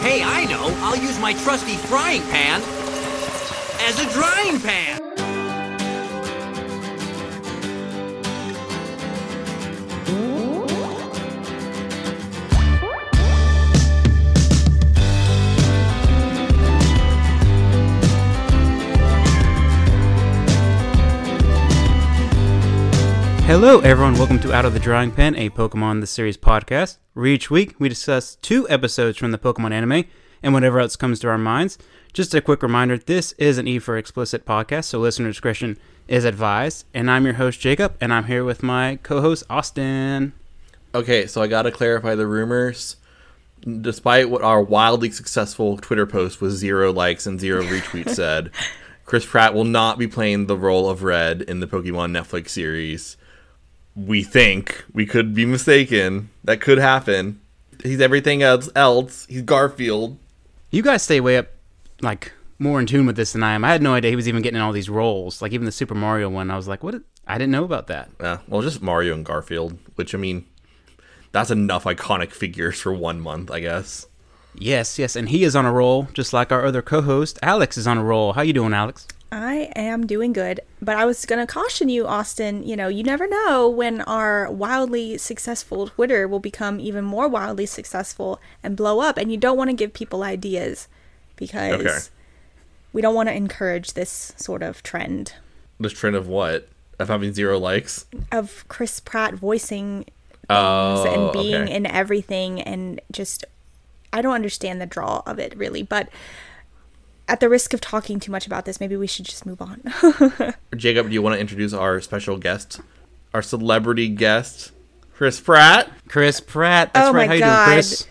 Hey, I know. I'll use my trusty frying pan as a drying pan. Hello, everyone. Welcome to Out of the Drawing Pen, a Pokemon the Series podcast, where each week we discuss two episodes from the Pokemon anime and whatever else comes to our minds. Just a quick reminder this is an E for Explicit podcast, so listener discretion is advised. And I'm your host, Jacob, and I'm here with my co host, Austin. Okay, so I gotta clarify the rumors. Despite what our wildly successful Twitter post with zero likes and zero retweets said, Chris Pratt will not be playing the role of Red in the Pokemon Netflix series. We think we could be mistaken. That could happen. He's everything else. else. He's Garfield. You guys stay way up, like, more in tune with this than I am. I had no idea he was even getting all these roles. Like, even the Super Mario one, I was like, what? I didn't know about that. Uh, well, just Mario and Garfield, which I mean, that's enough iconic figures for one month, I guess. Yes, yes, and he is on a roll, just like our other co-host, Alex, is on a roll. How you doing, Alex? I am doing good, but I was going to caution you, Austin. You know, you never know when our wildly successful Twitter will become even more wildly successful and blow up, and you don't want to give people ideas because Okay. we don't want to encourage this sort of trend This trend of what? Of having zero likes? of Chris Pratt voicing Oh, and being okay. in everything and just I don't understand the draw of it really, but at the risk of talking too much about this, maybe we should just move on. Jacob, do you want to introduce our special guest, our celebrity guest, Chris Pratt? Chris Pratt. That's Oh right. my How you God. doing, Chris?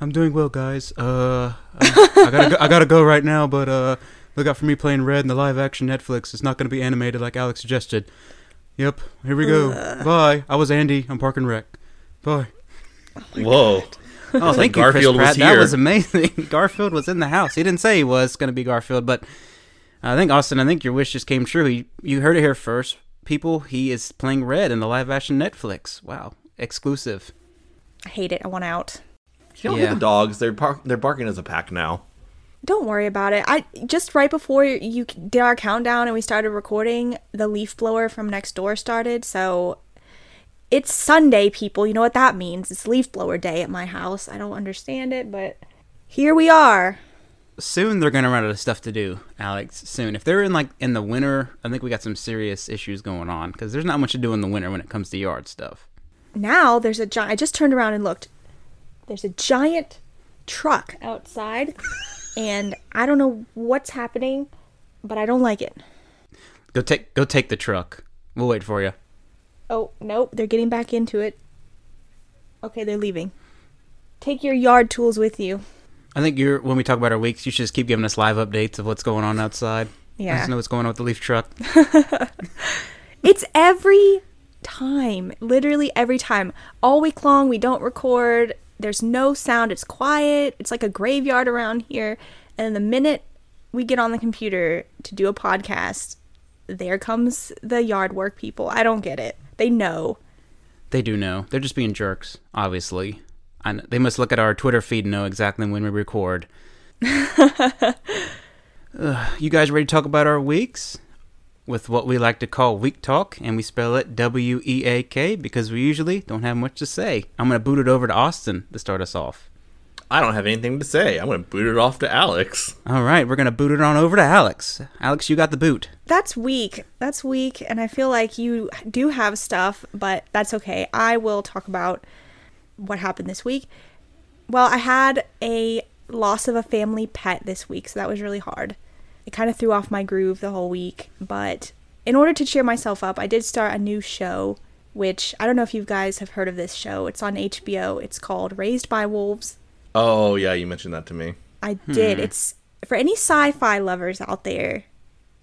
I'm doing well, guys. Uh, I, I gotta go, I gotta go right now, but uh, look out for me playing Red in the live action Netflix. It's not gonna be animated like Alex suggested. Yep. Here we go. Bye. I was Andy. I'm Park and Rec. Bye. Whoa. Oh, thank you, Garfield Chris Pratt. was That here. was amazing. Garfield was in the house. He didn't say he was going to be Garfield, but I think Austin, I think your wish just came true. You, you heard it here first, people. He is playing Red in the live action Netflix. Wow, exclusive. I hate it. I want out. You don't hear Yeah. the dogs. They're, bark- they're barking as a pack now. Don't worry about it. I just right before you did our countdown and we started recording, the leaf blower from next door started. So it's Sunday, people. You know what that means? It's leaf blower day at my house. I don't understand it, but here we are. Soon they're going to run out of stuff to do, Alex. Soon, if they're in like in the winter, I think we got some serious issues going on because there's not much to do in the winter when it comes to yard stuff. Now there's a giant. I just turned around and looked. There's a giant truck outside, and I don't know what's happening, but I don't like it. Go take go take the truck. We'll wait for you. Oh, nope, they're getting back into it. Okay, they're leaving. Take your yard tools with you. I think you're when we talk about our weeks, you should just keep giving us live updates of what's going on outside. Let Yeah. us know what's going on with the leaf truck. It's every time, literally every time. All week long, we don't record. There's no sound. It's quiet. It's like a graveyard around here. And the minute we get on the computer to do a podcast, there comes the yard work people. I don't get it. They know. They do know. They're just being jerks, obviously. And they must look at our Twitter feed and know exactly when we record. Ugh, you guys ready to talk about our weeks? With what we like to call week talk, and we spell it W E A K because we usually don't have much to say. I'm going to boot it over to Austin to start us off. I don't have anything to say. I'm going to boot it off to Alex. All right, we're going to boot it on over to Alex. Alex, you got the boot. That's weak. That's weak. And I feel like you do have stuff, but that's okay. I will talk about what happened this week. Well, I had a loss of a family pet this week, so that was really hard. It kind of threw off my groove the whole week, but in order to cheer myself up, I did start a new show, which I don't know if you guys have heard of this show. It's on HBO. It's called Raised by Wolves. Oh, yeah, you mentioned that to me. I did. It's for any sci-fi lovers out there.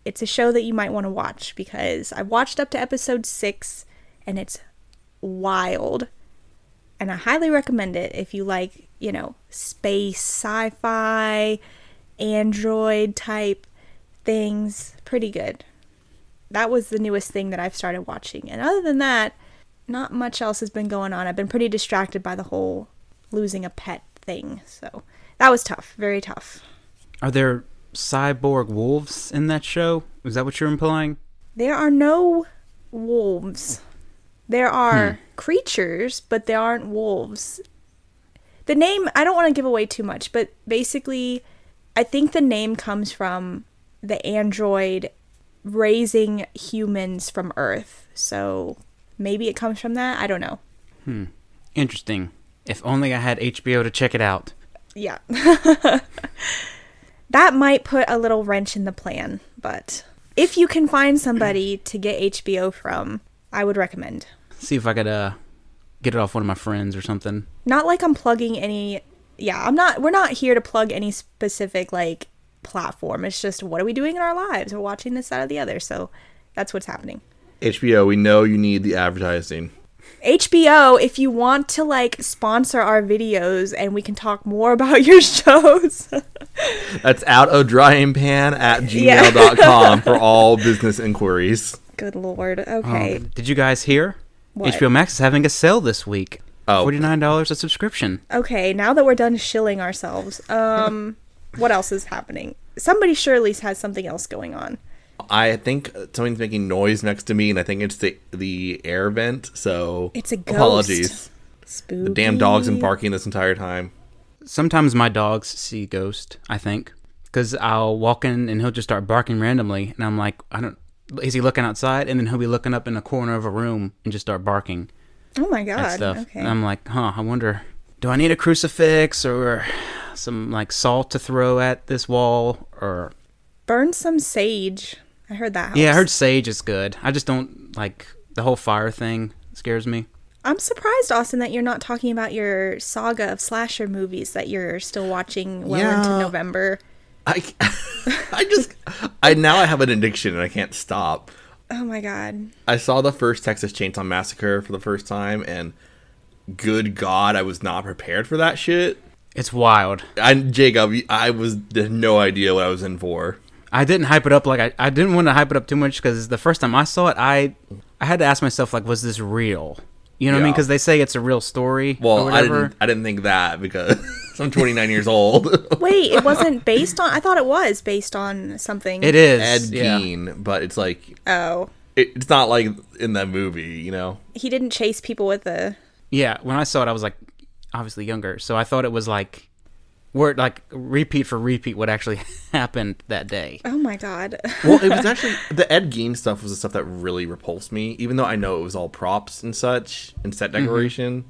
It's a show that you might want to watch because I watched up to episode 6 and it's wild. And I highly recommend it if you like, you know, space sci-fi, android type things. Pretty good. That was the newest thing that I've started watching. And other than that, not much else has been going on. I've been pretty distracted by the whole losing a pet thing. So that was tough, very tough. Are there cyborg wolves in that show? Is that what you're implying? There are no wolves. There are creatures, but there aren't wolves. The name, I don't want to give away too much, but basically, I think the name comes from the android raising humans from Earth. So maybe it comes from that. I don't know. Interesting. If only I had HBO to check it out. Yeah. that might put a little wrench in the plan, but if you can find somebody to get HBO from, I would recommend. See if I could uh get it off one of my friends or something. Not like I'm plugging any yeah, I'm not we're not here to plug any specific like platform. It's just what are we doing in our lives? We're watching this out of the other. So that's what's happening. HBO, we know you need the advertising. HBO, if you want to like sponsor our videos and we can talk more about your shows. That's out of drying pan at gmail.com for all business inquiries. Good lord. Um, Okay. did you guys hear? What? HBO Max is having a sale this week. Oh. $49 a subscription. Okay, now that we're done shilling ourselves, um, what else is happening? Somebody surely has something else going on. I think something's making noise next to me, and I think it's the, the air vent, so. It's a ghost. Apologies. Spooky. The damn dog's Mm. been barking this entire time. Sometimes my dogs see ghosts, I think, because I'll walk in and he'll just start barking randomly, and I'm like, I don't. Is he looking outside? And then he'll be looking up in a corner of a room and just start barking Oh my at god. stuff. Um. Okay. And I'm like, huh, I wonder, do I need a crucifix or some like salt to throw at this wall? Or Burn some sage. I heard that. Helps. yeah, I heard sage is good. I just don't like the whole fire thing scares me. I'm surprised, Austin, that you're not talking about your saga of slasher movies that you're still watching well into Yeah. November. I, I just. I Now I have an addiction, and I can't stop. Oh my god. I saw the first Texas Chainsaw Massacre for the first time, and good God, I was not prepared for that shit. It's wild. I, Jacob, I was had no idea what I was in for. I didn't hype it up like I, I didn't want to hype it up too much because the first time I saw it, I I had to ask myself like, was this real? You know what I mean? Yeah. Because they say it's a real story. or Well, I whatever. didn't. I didn't think that because I'm 29 years old. Wait, it wasn't based on. I thought it was based on something. It is. Ed yeah. Gein, but it's like Oh, it, it's not like in that movie, you know. he didn't chase people with a. Yeah. When I saw it, I was like, obviously younger, so I thought it was like, word like repeat for repeat what actually happened that day. Oh my god. Well, it was actually the Ed Gein stuff was the stuff that really repulsed me, even though I know it was all props and such and set decoration,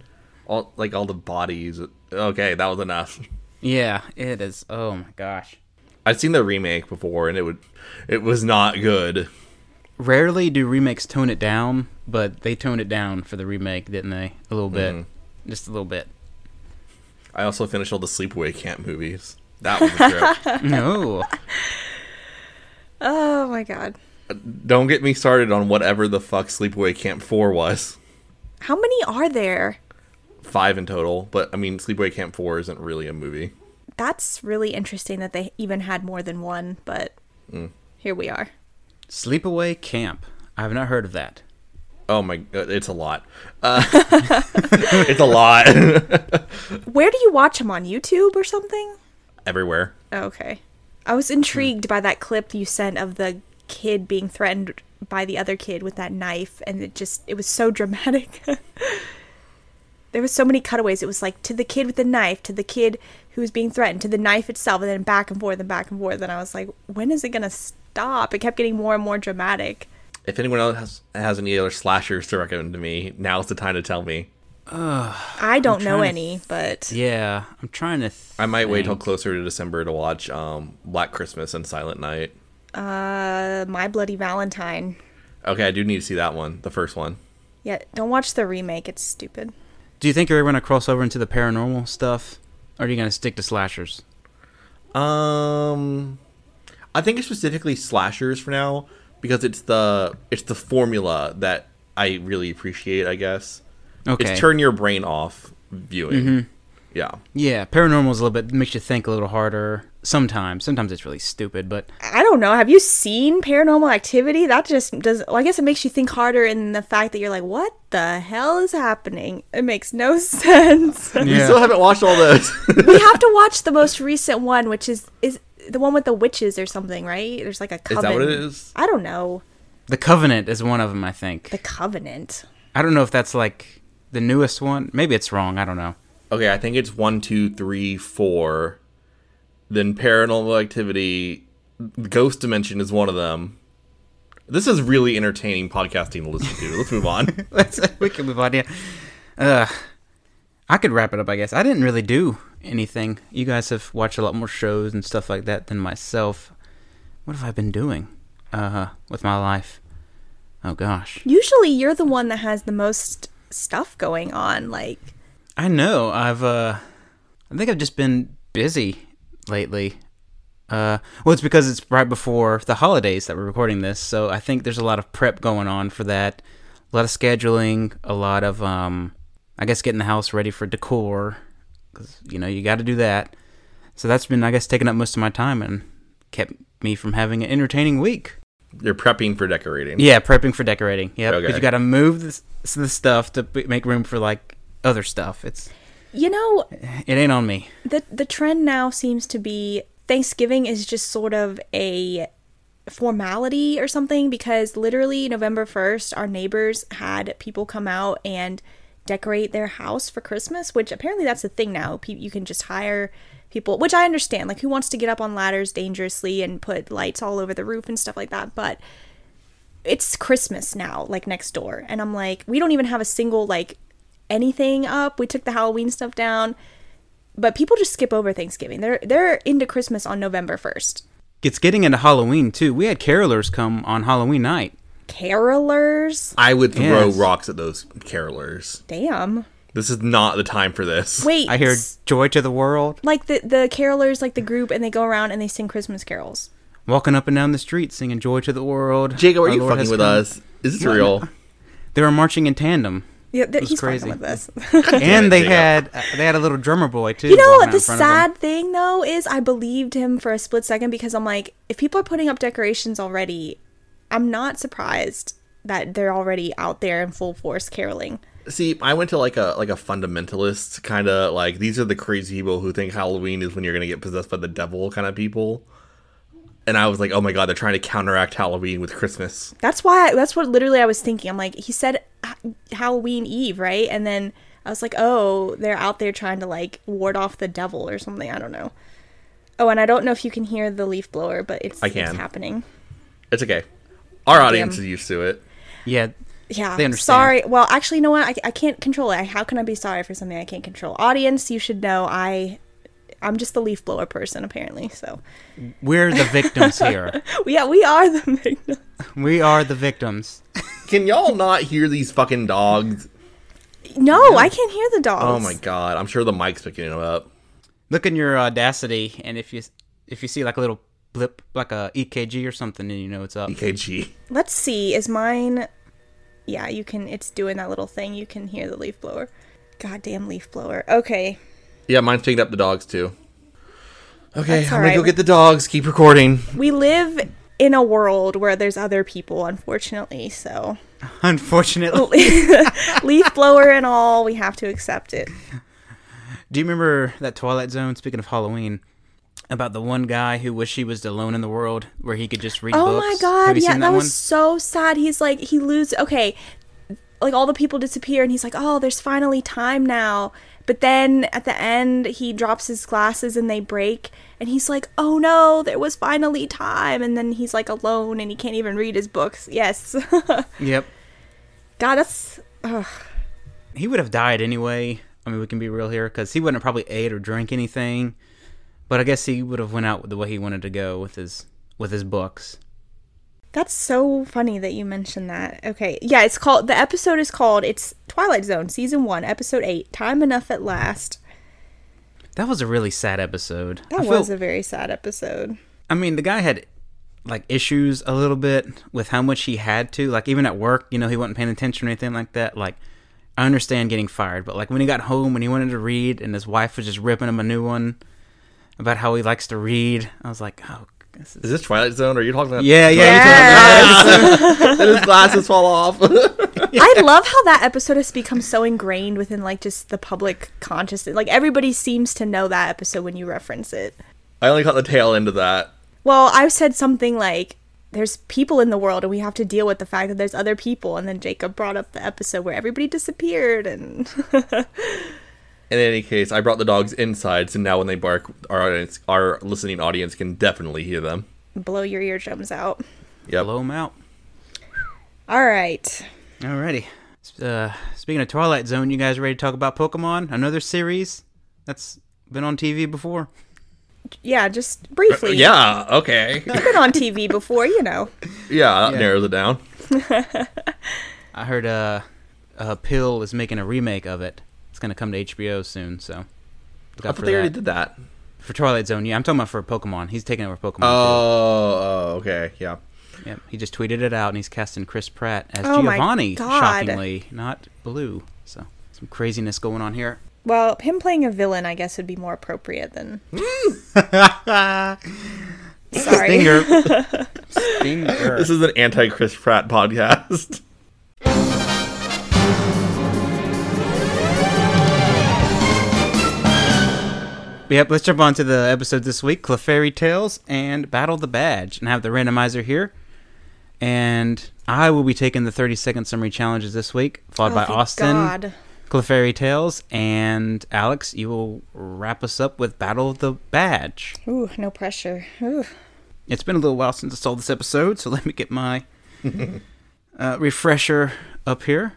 all like all the bodies. Okay, that was enough. Yeah, it is. Oh my gosh. I've seen the remake before, and it would, it was not good. Rarely do remakes tone it down, but they toned it down for the remake, didn't they? A little bit, Mm. just a little bit. I also finished all the Sleepaway Camp movies. That was a trip. no. Oh my god. Don't get me started on whatever the fuck Sleepaway Camp 4 was. How many are there? Five in total, but I mean, Sleepaway Camp 4 isn't really a movie. That's really interesting that they even had more than one, but Mm. here we are. Sleepaway Camp. I have not heard of that. Oh my god, it's a lot. Uh, it's a lot. Where do you watch them on YouTube or something? Everywhere. Oh, okay. I was intrigued by that clip you sent of the kid being threatened by the other kid with that knife and it just it was so dramatic. there was so many cutaways. It was like to the kid with the knife, to the kid who was being threatened, to the knife itself and then back and forth and back and forth and I was like, when is it going to stop? It kept getting more and more dramatic. If anyone else has, has any other slashers to recommend to me, now's the time to tell me. I don't know trying to any, but Yeah, I'm trying to. Th- I might wait till think. closer to December to watch um, Black Christmas and Silent Night. uh, My Bloody Valentine. Okay, I do need to see that one, the first one. Yeah, don't watch the remake. It's stupid. Do you think you're ever gonna cross over into the paranormal stuff, or are you gonna stick to slashers? Um, I think it's specifically slashers for now because it's the it's the formula that I really appreciate. I guess Okay. it's turn your brain off viewing. Yeah. Yeah, paranormal is a little bit makes you think a little harder. Sometimes, sometimes it's really stupid, but I don't know. Have you seen Paranormal Activity? That just does. Well, I guess it makes you think harder in the fact that you're like, what the hell is happening? It makes no sense. We still haven't watched all those. we have to watch the most recent one, which is is the one with the witches or something, right? There's like a that coven. what it is? I don't know. the Covenant is one of them. I think. The Covenant. I don't know if that's like the newest one. Maybe it's wrong. I don't know. okay, I think it's one, two, three, four. Then paranormal activity, ghost dimension is one of them. This is really entertaining podcasting to listen to. Let's move on. Let's we can move on. Yeah. Uh, I could wrap it up. I guess I didn't really do anything. You guys have watched a lot more shows and stuff like that than myself. What have I been doing uh, with my life? Oh gosh. Usually, you're the one that has the most stuff going on. Like, I know. I've uh I think I've just been busy lately. Uh well it's because it's right before the holidays that we're recording this, so I think there's a lot of prep going on for that. A lot of scheduling, a lot of um I guess getting the house ready for decor cuz you know, you got to do that. So that's been I guess taking up most of my time and kept me from having an entertaining week. You're prepping for decorating. Yeah, prepping for decorating. Yeah, Okay. you got to move this, this stuff to b- make room for like other stuff. It's you know, it ain't on me. the the trend now seems to be Thanksgiving is just sort of a formality or something because literally November 1st our neighbors had people come out and decorate their house for Christmas which apparently that's the thing now Pe- you can just hire people which I understand like who wants to get up on ladders dangerously and put lights all over the roof and stuff like that but it's Christmas now, like next door. And I'm like, we don't even have a single like anything up. We took the Halloween stuff down. But people just skip over Thanksgiving. They're they're into Christmas on November first. It's getting into Halloween too. We had carolers come on Halloween night. Carolers. I would throw Yes. rocks at those carolers. Damn. This is not the time for this. Wait. I hear s- "Joy to the World" like the the carolers, like the group, and they go around and they sing Christmas carols. walking up and down the street singing "Joy to the World." Jacob, are Our you Lord has fucking with come. us? Is this real? They were marching in tandem, Yeah, th- he's crazy. crazy. with this. and they Jacob. had uh, they had a little drummer boy too. You know walking what out the in front of 'em. sad thing though is I believed him for a split second because I'm like, if people are putting up decorations already, I'm not surprised that they're already out there in full force caroling. See, I went to like a like a fundamentalist kind of like these are the crazy people who think Halloween is when you're gonna get possessed by the devil kind of people. And I was like, oh my god, they're trying to counteract Halloween with Christmas. That's why that's what literally I was thinking. I'm like, he said h- Halloween Eve, right? And then I was like, oh, they're out there trying to like ward off the devil or something. I don't know. Oh, and I don't know if you can hear the leaf blower, but it's, I it's can. happening. It's okay. Our audience is used to it. Yeah, Yeah. They understand. Sorry. Well, actually, you know what? I, I can't control it. I, how can I be sorry for something I can't control? Audience, you should know I, I'm just the leaf blower person apparently. So we're the victims here. yeah, we are the victim. We are the victims. Can y'all not hear these fucking dogs? No, I can't hear the dogs. Oh my god, I'm sure the mic's picking it up. Look in your audacity, and if you if you see like a little blip, like a EKG or something, then you know it's up. EKG. Let's see. Is mine? Yeah, you can. It's doing that little thing. You can hear the leaf blower. Goddamn leaf blower. Okay. Yeah, mine's picking up the dogs too. Okay, That's I'm gonna go alright. get the dogs. Keep recording. We live in a world where there's other people, unfortunately. So Unfortunately, leaf blower and all, we have to accept it. Do you remember that Twilight Zone? Speaking of Halloween, about the one guy who wished he was alone in the world, where he could just read Oh books. my god, Have you yeah, seen that, that, was so sad. He's like he lose okay, like all the people disappear and he's like, "Oh, there's finally time now." But then at the end, he drops his glasses and they break and he's like, "Oh no, there was finally time." And then he's like alone and he can't even read his books. Yes. god, one? Yep, that's ugh. he would have died anyway. I mean, we can be real here because he wouldn't have probably ate or drank anything. But I guess he would have went out the way he wanted to go with his with his books. That's so funny that you mentioned that. Okay. Yeah, it's called the episode is called it's Twilight Zone season 1, episode 8, Time Enough at Last. That was a really sad episode. That I feel- was a very sad episode. I mean, the guy had like issues a little bit with how much he had to. Like even at work, you know, he wasn't paying attention or anything like that. Like I understand getting fired, but like when he got home and he wanted to read and his wife was just ripping him a new one about how he likes to read, I was like, oh, this is. Is this Twilight Zone? Or are you talking about? Yeah, yeah, you're talking about- Did his glasses fall off? I love how that episode has become so ingrained within like just the public consciousness. Like everybody seems to know that episode when you reference it. I only caught the tail end of that. Well, I've said something like there's people in the world and we have to deal with the fact that there's other people and then Jacob brought up the episode where everybody disappeared and In any case, I brought the dogs inside, so now when they bark, our audience, our listening audience can definitely hear them. blow your eardrums out. Yep. blow him out. All right. Alrighty. S- Uh, speaking of Twilight Zone, you guys ready to talk about Pokemon? Another series that's been on TV before. Yeah, just briefly. Uh, Yeah. Okay. It's been on TV before, you know. Yeah, that narrows it down. I heard uh, uh, Pill is making a remake of it. It's gonna come to HBO soon, so. Look I out thought for they already that. did that. For Twilight Zone, yeah, I'm talking about for Pokemon. He's taking over Pokemon. too. Oh, oh, okay. Yeah. Yep, he just tweeted it out, and he's casting Chris Pratt as Oh my Giovanni, God. shockingly, not Blue. So some craziness going on here. Well, him playing a villain I guess would be more appropriate than Sorry. Stinger. Stinger. This is an anti Chris Pratt podcast. Yep, let's jump on to the episode this week, Clefairy Tales and Battle the Badge. And I have the randomizer here. And I will be taking the 30 second summary challenges this week, followed Oh, by thank Austin, God. Clefairy Tales, and Alex. You will wrap us up with Battle of the Badge. Ooh, no pressure. Ooh. It's been a little while since I saw this episode, so let me get my uh, refresher up here.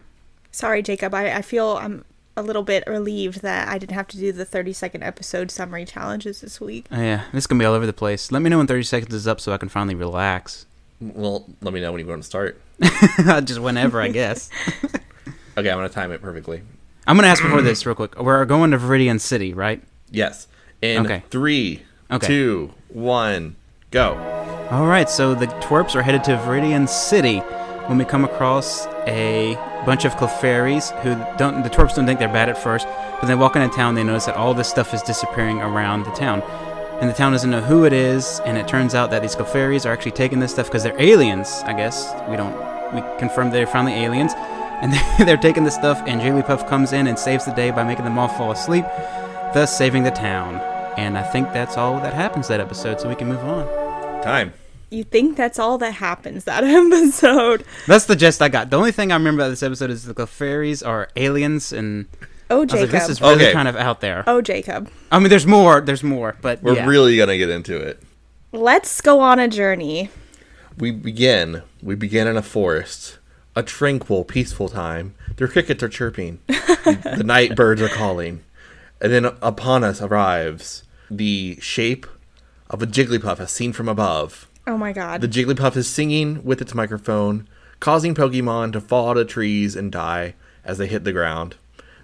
Sorry, Jacob. I, I feel I'm a little bit relieved that I didn't have to do the 30 second episode summary challenges this week. Oh, yeah, this is going to be all over the place. Let me know when 30 seconds is up so I can finally relax. well, let me know when you want to start. Just whenever, I guess. Okay, I'm going to time it perfectly. I'm gonna ask before this real quick. We're going to Viridian City, right? Yes. In Okay. three, Okay. two, one, go. All right. So the twerps are headed to Viridian City when we come across a bunch of Clefairies who don't. The twerps don't think they're bad at first, but they walk into town. They notice that all this stuff is disappearing around the town, and the town doesn't know who it is. And it turns out that these Clefairies are actually taking this stuff because they're aliens. I guess we don't. We confirmed they're finally aliens. And they- they're taking this stuff, and Jigglypuff comes in and saves the day by making them all fall asleep, thus saving the town. And I think that's all that happens that episode, so we can move on. Time. You think that's all that happens that episode? That's the gist I got. The only thing I remember about this episode is the fairies are aliens, and Oh, I was like, Jacob. this is really Okay. kind of out there. oh, Jacob. I mean, there's more. There's more, but We're yeah. really going to get into it. Let's go on a journey. We begin. We begin in a forest. A tranquil, peaceful time. Their crickets are chirping. the night birds are calling. And then upon us arrives the shape of a Jigglypuff as seen from above. Oh my god. The Jigglypuff is singing with its microphone, causing Pokemon to fall out of trees and die as they hit the ground.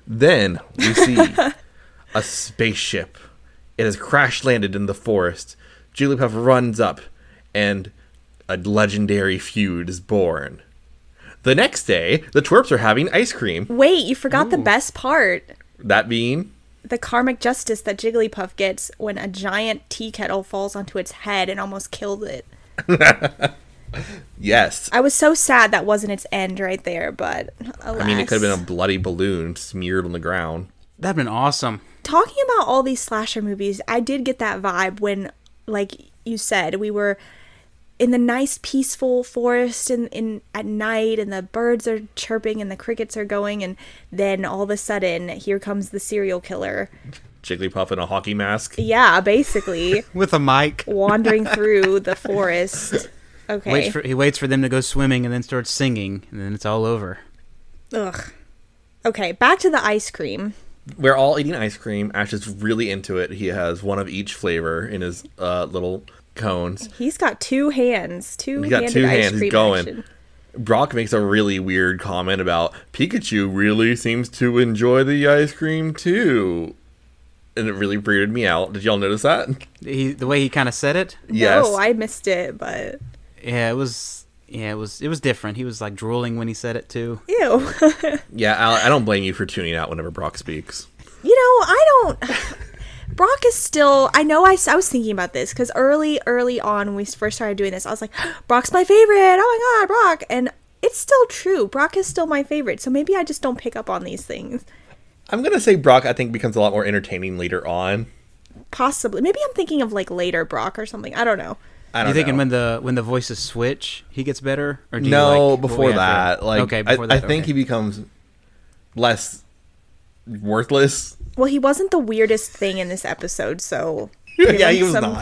Then we see a spaceship. It has crash landed in the forest. Jigglypuff runs up, and a legendary feud is born. The next day, the twerps are having ice cream. Wait, you forgot the best part. That being, The karmic justice that Jigglypuff gets when a giant tea kettle falls onto its head and almost kills it. yes. I was so sad that wasn't its end right there, but alas. I mean, it could have been a bloody balloon smeared on the ground. That'd been awesome. talking about all these slasher movies, I did get that vibe when, like you said, we were in the nice peaceful forest and in at night and the birds are chirping and the crickets are going and then all of a sudden here comes the serial killer Jigglypuff in a hockey mask. yeah basically With a mic, wandering through the forest okay waits for, he waits for them to go swimming and then starts singing, and then it's all over. ugh okay back to the ice cream we're all eating ice cream. Ash is really into it. He has one of each flavor in his uh, little cones. he's got two hands two He's got handed two ice hands. cream He's going. action. Brock makes a really weird comment about Pikachu really seems to enjoy the ice cream too. And it really weirded me out. Did y'all notice that? He, the way he kind of said it, no i missed it but yeah, it was yeah, it was it was different. He was like drooling when he said it too. Ew. Yeah, Al, I don't blame you for tuning out whenever Brock speaks. You know, I don't. Brock is still. I know. I, s- I was thinking about this because early, early on when we first started doing this, I was like, Brock's my favorite. Oh my god, Brock! And it's still true. Brock is still my favorite. So maybe I just don't pick up on these things. I'm gonna say Brock. I think becomes a lot more entertaining later on. Possibly. Maybe I'm thinking of like later Brock or something. I don't know. I You don't thinking know. when the when the voices switch, he gets better, or do you no like, what before we have that? here? Like, okay, I- before I, that, think okay. he becomes less worthless. Well, he wasn't the weirdest thing in this episode, so give Yeah, him he was some not. Oh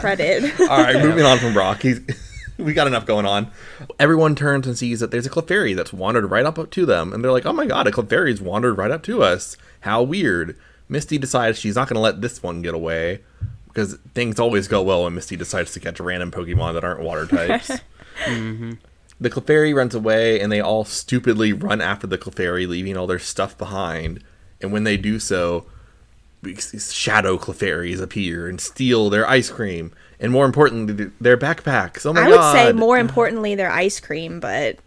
credit. All right, moving on from Brock. He's we got enough going on. Everyone turns and sees that there's a Clefairy that's wandered right up to them, and they're like, "Oh my god, a Clefairy's wandered right up to us! How weird!" Misty decides she's not going to let this one get away because things always go well when Misty decides to catch random Pokemon that aren't water types. The Clefairy runs away, and they all stupidly run after the Clefairy, leaving all their stuff behind. And when they do so, these shadow Clefairies appear and steal their ice cream, and more importantly, th- their backpacks. Oh my I god! would say more importantly, their ice cream, but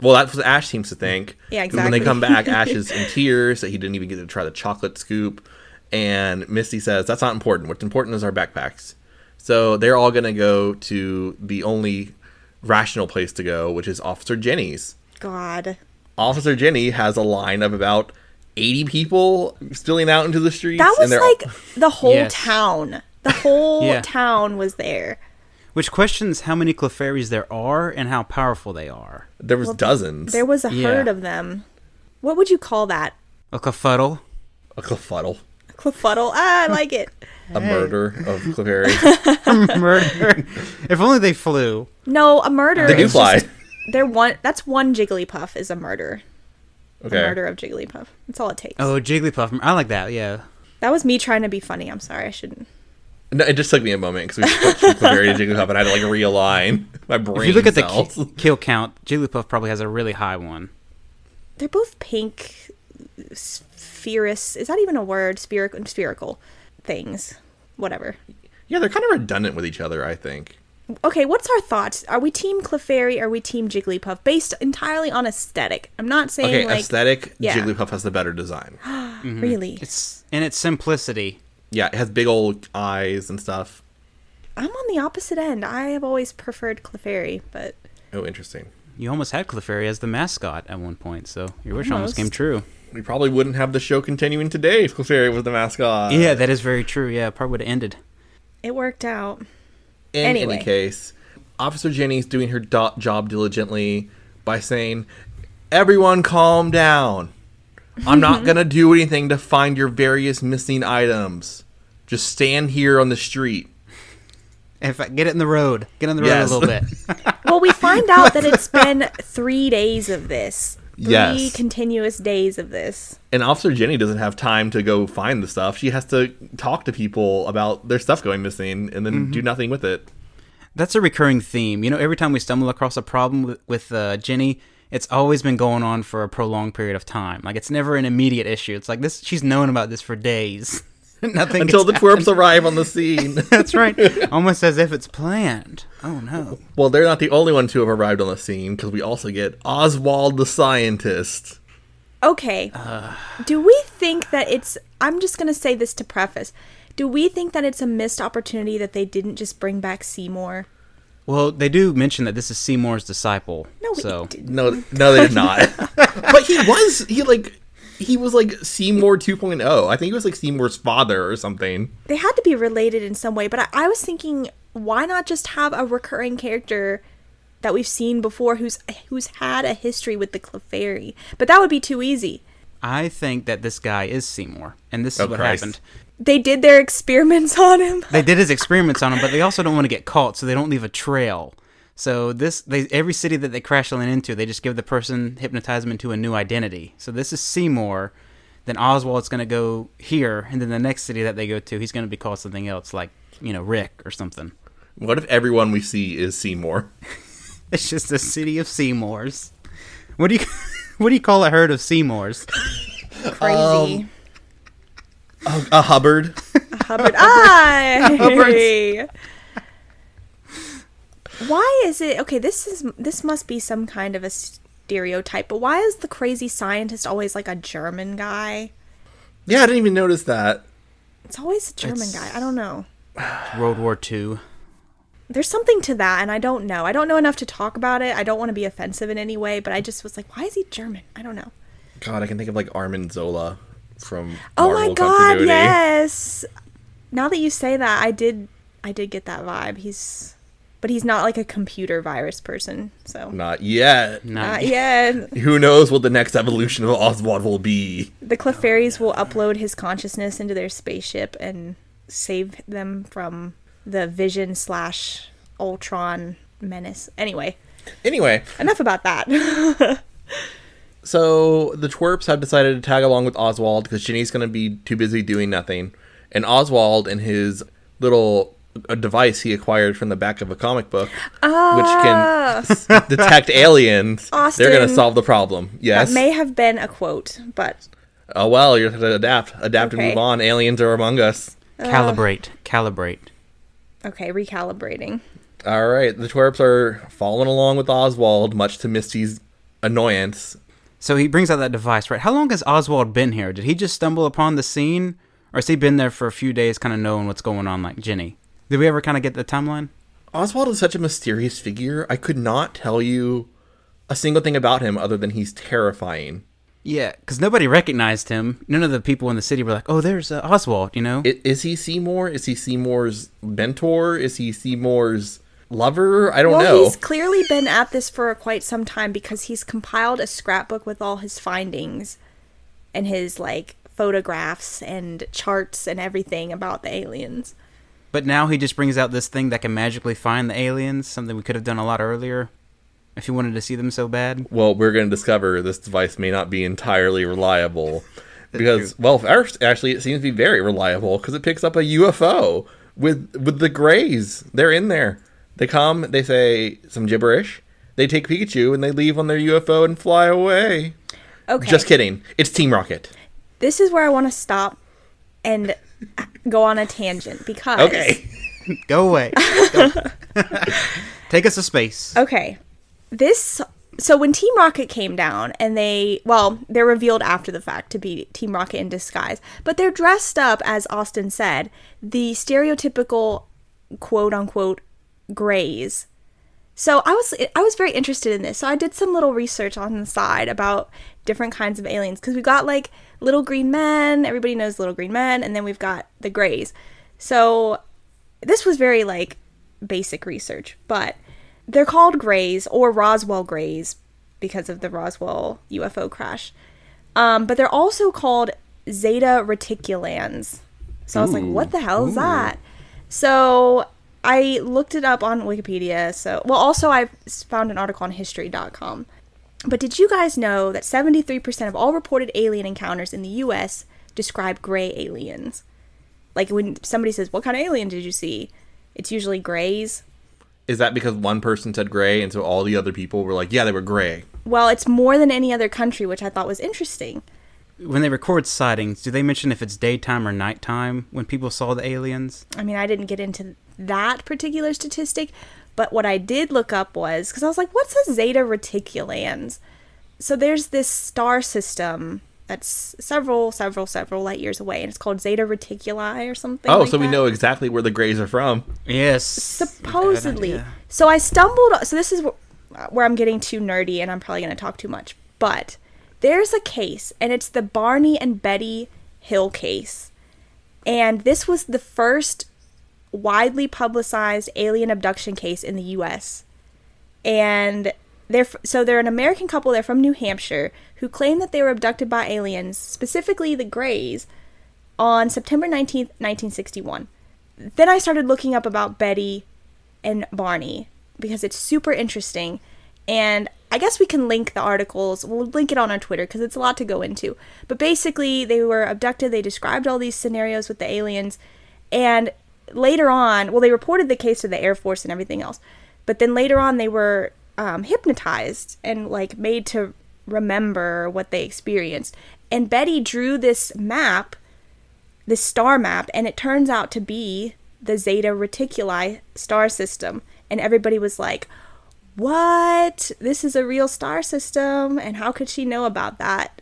Well, that's what Ash seems to think. Yeah, When exactly. they come back, Ash is in tears that he didn't even get to try the chocolate scoop. And Misty says, That's not important. What's important is our backpacks. So they're all going to go to the only rational place to go, which is Officer Jenny's. God, Officer Jenny has a line of about 80 people spilling out into the streets. that was they're all- like the whole Yes. town. The whole Yeah. town was there. which questions how many Clefairies there are and how powerful they are. there was dozens. There was a Yeah. herd of them. What would you call that? A Clefuddle. a clefuddle. Clefuddle. Ah, I like it. A murder of Clefairy. murder. if only they flew. No, a murder. they do is fly. just- They're one. That's one Jigglypuff is a murder. Okay. A murder of Jigglypuff. That's all it takes. Oh, Jigglypuff. I like that. Yeah. That was me trying to be funny. I'm sorry. I shouldn't. No, it just took me a moment because we switched from Clefairy to Jigglypuff, and I had to like realign my brain. If you look at the cells. ki- kill count, Jigglypuff probably has a really high one. They're both pink, spherus. Is that even a word? Spherical, spherical things. Whatever. yeah, they're kind of redundant with each other. I think. Okay, what's our thoughts? Are we Team Clefairy? Are we Team Jigglypuff? Based entirely on aesthetic. I'm not saying Okay, like aesthetic. yeah. Jigglypuff has the better design. really. It's in its simplicity. Yeah, it has big old eyes and stuff. I'm on the opposite end. I have always preferred Clefairy, but Oh, interesting. You almost had Clefairy as the mascot at one point, so your wish almost Almost. came true. We probably wouldn't have the show continuing today if Clefairy was the mascot. yeah, that is very true. Yeah, probably would have ended. it worked out. In Anyway. any case, Officer Jenny's doing her do- job diligently by saying, "Everyone, calm down. I'm not gonna do anything to find your various missing items. Just stand here on the street." In fact, get it in the road. Get on the road Yes. a little bit. Well, we find out that it's been three days of this. Three Yes. continuous days of this. and Officer Jenny doesn't have time to go find the stuff. She has to talk to people about their stuff going missing and then do nothing with it. That's a recurring theme. You know, every time we stumble across a problem with, with uh, Jenny, it's always been going on for a prolonged period of time. Like it's never an immediate issue. It's like this. She's known about this for days. Nothing Until gets the out. twerps arrive on the scene. That's right. Almost as if it's planned. Oh no. well, they're not the only one to have arrived on the scene because we also get Oswald the scientist. Okay. Uh. Do we think that it's I'm just going to say this to preface. Do we think that it's a missed opportunity that they didn't just bring back Seymour? Well, they do mention that this is Seymour's disciple. No, we so did- No, no, they did not. but he was he like he was like Seymour 2.0. I think he was like Seymour's father or something. they had to be related in some way but I, I was thinking why not just have a recurring character that we've seen before who's who's had a history with the Clefairy but that would be too easy I think that this guy is Seymour, and this is Oh, what Christ. happened. they did their experiments on him They did his experiments on him, but they also don't want to get caught, so they don't leave a trail. So this, they, every city that they crash land into, they just give the person hypnotize them into a new identity. So this is Seymour. Then Oswald's going to go here, and then the next city that they go to, he's going to be called something else, like you know Rick or something. What if everyone we see is Seymour? It's just a city of Seymours. What do you what do you call a herd of Seymours? crazy A Hubbard? Hubbard ah hey. Why is it okay? This is this must be some kind of a stereotype, but why is the crazy scientist always like a German guy? Yeah, I didn't even notice that. It's always a German guy. I don't know. World War II. There's something to that, and I don't know. I don't know enough to talk about it. I don't want to be offensive in any way, but I just was like, why is he German? I don't know. God, I can think of like Armin Zola from. Oh Marvel my god, continuity. yes. Now that you say that, I did I did get that vibe. He's but he's not like a computer virus person, so Not yet. Not uh, yeah, Who knows what the next evolution of Oswald will be? the Clefairies will upload his consciousness into their spaceship and save them from the Vision slash Ultron menace. Anyway, Anyway, enough about that. so the twerps have decided to tag along with Oswald because Ginny's going to be too busy doing nothing. And Oswald and his little uh device he acquired from the back of a comic book, which can detect aliens, they're going to Ah. Austin. solve the problem. Yes. that may have been a quote, but Oh well, you're gonna adapt, adapt Okay. and move on. Aliens are among us. Calibrate. Calibrate. okay, recalibrating. All right, the twerps are following along with Oswald, much to Misty's annoyance. So he brings out that device, right? How long has Oswald been here? Did he just stumble upon the scene? Or has he been there for a few days, kind of knowing what's going on, like Jenny? Did we ever kind of get the timeline? Oswald is such a mysterious figure. I could not tell you a single thing about him other than he's terrifying. Yeah, because nobody recognized him. None of the people in the city were like, oh, there's uh, Oswald, you know? I- Is he Seymour? Is he Seymour's mentor? Is he Seymour's lover? I don't Well, know. he's clearly been at this for quite some time because he's compiled a scrapbook with all his findings and his like photographs and charts and everything about the aliens. but now he just brings out this thing that can magically find the aliens, something we could have done a lot earlier if you wanted to see them so bad. Well, we're going to discover this device may not be entirely reliable. Because, well, first, actually, it seems to be very reliable because it picks up a UFO with with the Greys. They're in there. They come, they say some gibberish, they take Pikachu, and they leave on their UFO and fly away. Okay. Just kidding. It's Team Rocket. This is where I want to stop and go on a tangent because Okay. Go away. Go. Take us to space. Okay. This so when Team Rocket came down and they well, they're revealed after the fact to be Team Rocket in disguise, but they're dressed up as Austin said, the stereotypical quote unquote grays. So I was I was very interested in this. So I did some little research on the side about different kinds of aliens because we got like little green men, everybody knows little green men, and then we've got the grays. So this was very like basic research, but they're called grays or Roswell grays because of the Roswell UFO crash. Um, but they're also called Zeta Reticulans. So I was like, what the hell is that? So I looked it up on Wikipedia. So, well, also I found an article on history.com. But did you guys know that 73% of all reported alien encounters in the US describe gray aliens? Like when somebody says, What kind of alien did you see? It's usually grays. Is that because one person said gray, and so all the other people were like, yeah, they were gray? Well, it's more than any other country, which I thought was interesting. When they record sightings, do they mention if it's daytime or nighttime when people saw the aliens? I mean, I didn't get into that particular statistic, but what I did look up was because I was like, what's a Zeta Reticulans? So there's this star system that's several, several, several light years away, and it's called Zeta Reticuli or something. Oh, like so we that. know exactly where the Greys are from. Yes. supposedly. Bad idea. So I stumbled. So this is wh- where I'm getting too nerdy, and I'm probably going to talk too much. But there's a case, and it's the Barney and Betty Hill case, and this was the first widely publicized alien abduction case in the U.S. And they're f- so they're an American couple. They're from New Hampshire who claim that they were abducted by aliens, specifically the Greys, on September 19th, 1961 then I started looking up about Betty and Barney because it's super interesting. And I guess we can link the articles. We'll link it on our Twitter because it's a lot to go into. But basically, they were abducted. They described all these scenarios with the aliens. And later on, well, they reported the case to the Air Force and everything else. But then later on, they were um, hypnotized and like made to remember what they experienced. And Betty drew this map the star map, and it turns out to be the Zeta Reticuli star system. and everybody was like, "What? This is a real star system, and how could she know about that?"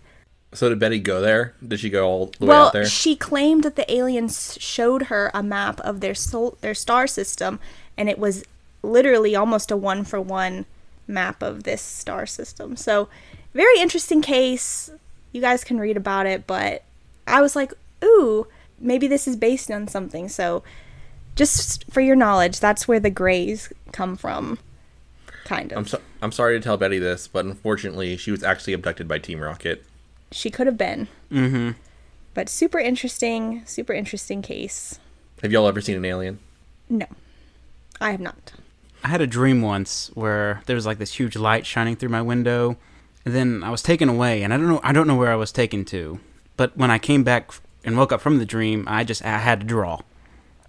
So did Betty go there? Did she go all the way well, out there? she claimed that the aliens showed her a map of their sol- their star system, and it was literally almost a one for one map of this star system. So, very interesting case. You guys can read about it, but I was like, ooh, maybe this is based on something. So, just for your knowledge, that's where the Greys come from, kind of. I'm so- I'm sorry to tell Betty this, but unfortunately, she was actually abducted by Team Rocket. she could have been. Mm-hmm. But super interesting, super interesting case. Have y'all ever seen an alien? No, I have not. I had a dream once where there was like this huge light shining through my window, and then I was taken away, and I don't know I don't know where I was taken to. But when I came back f- and woke up from the dream, I just I had to draw.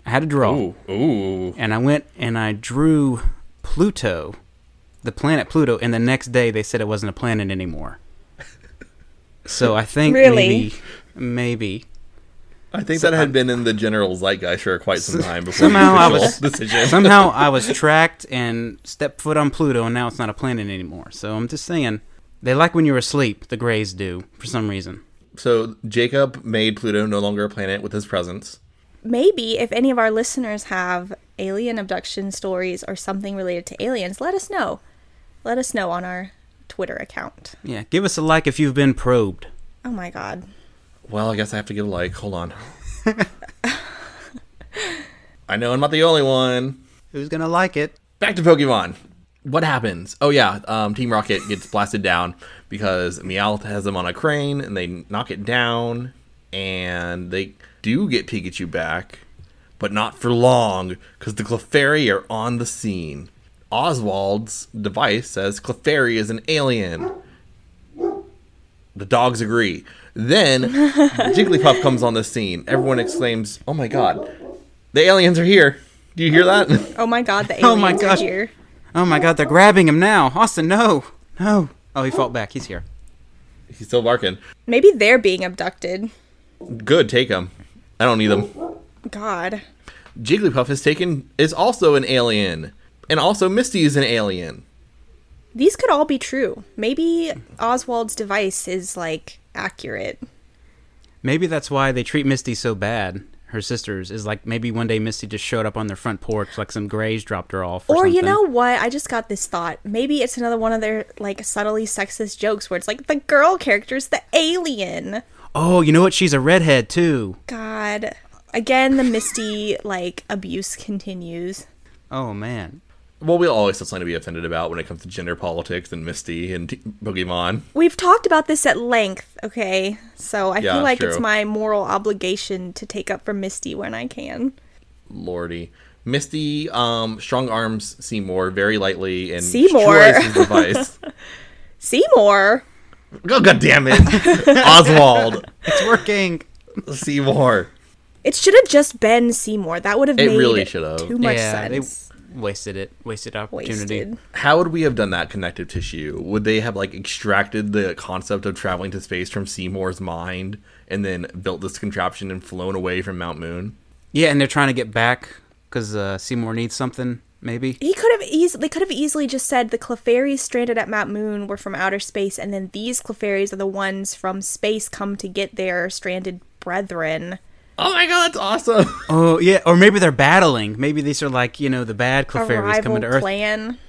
I had to draw, ooh. and I went and I drew Pluto, the planet Pluto. And the next day they said it wasn't a planet anymore. So I think Really? maybe maybe I think that had been in the general zeitgeist for quite some time before somehow I the official was- decision. somehow I was tracked and stepped foot on Pluto, and now it's not a planet anymore. So I'm just saying, they like when you're asleep. The Greys do for some reason. So Jacob made Pluto no longer a planet with his presence. Maybe if any of our listeners have alien abduction stories or something related to aliens, let us know. Let us know on our Twitter account. Yeah, give us a like if you've been probed. Oh my god. Well, I guess I have to get a like. Hold on. I know I'm not the only one. Who's gonna like it? Back to Pokemon. What happens? Oh yeah, um, Team Rocket gets blasted down because Meowth has them on a crane, and they knock it down, and they do get Pikachu back, but not for long because the Clefairy are on the scene. Oswald's device says Clefairy is an alien. The dogs agree. Then Jigglypuff comes on the scene. Everyone exclaims, "Oh my god, the aliens are here!" Do you hear that? Oh my god, the aliens Oh my are gosh. here. Oh my God, they're grabbing him now. Austin, no, no. Oh, he fought back. He's here. He's still barking. Maybe they're being abducted. Good, take him. I don't need him. God. Jigglypuff is taken is also an alien, and also Misty is an alien. These could all be true. Maybe Oswald's device is like accurate. Maybe that's why they treat Misty so bad. Her sisters is like maybe one day Misty just showed up on their front porch like some Greys dropped her off. Or, Or you something. know what? I just got this thought. Maybe it's another one of their like subtly sexist jokes where it's like the girl character's the alien. Oh, you know what? She's a redhead too. God. Again, the Misty like abuse continues. Oh man. Well, we always have something to be offended about when it comes to gender politics and Misty and t- Pokemon. We've talked about this at length, okay? So I Yeah, feel like it's true. my moral obligation to take up for Misty when I can. Lordy, Misty um strong arms Seymour very lightly and Seymour. destroys his device. Seymour. oh, God damn it, Oswald It's working. Seymour. It should have just been Seymour. That would have It made really should have. too much yeah, sense. they wasted it. Wasted opportunity. Wasted. How would we have done that connective tissue? Would they have like extracted the concept of traveling to space from Seymour's mind and then built this contraption and flown away from Mount Moon? Yeah, and they're trying to get back because uh, Seymour needs something, maybe. He could have easily they could have easily just said the Clefairies stranded at Mount Moon were from outer space, and then these Clefairies are the ones from space come to get their stranded brethren. Oh my god, that's awesome! Oh yeah, or maybe they're battling. Maybe these are like you know the bad A Clefairies rival coming to Earth. plan.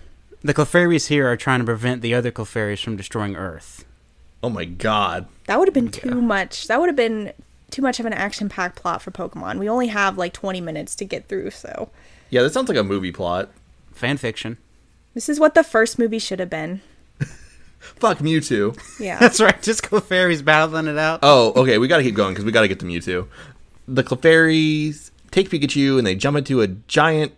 The Clefairies here are trying to prevent the other Clefairies from destroying Earth. Oh my god. That would have been too much. That would have been too much of an action-packed plot for Pokemon. We only have like 20 minutes to get through, so Yeah, that sounds like a movie plot. Fan fiction. this is what the first movie should have been. Fuck Mewtwo. Yeah. That's right, just Clefairies battling it out. Oh, okay, we gotta keep going because we gotta get to Mewtwo. The Clefairies take Pikachu and they jump into a giant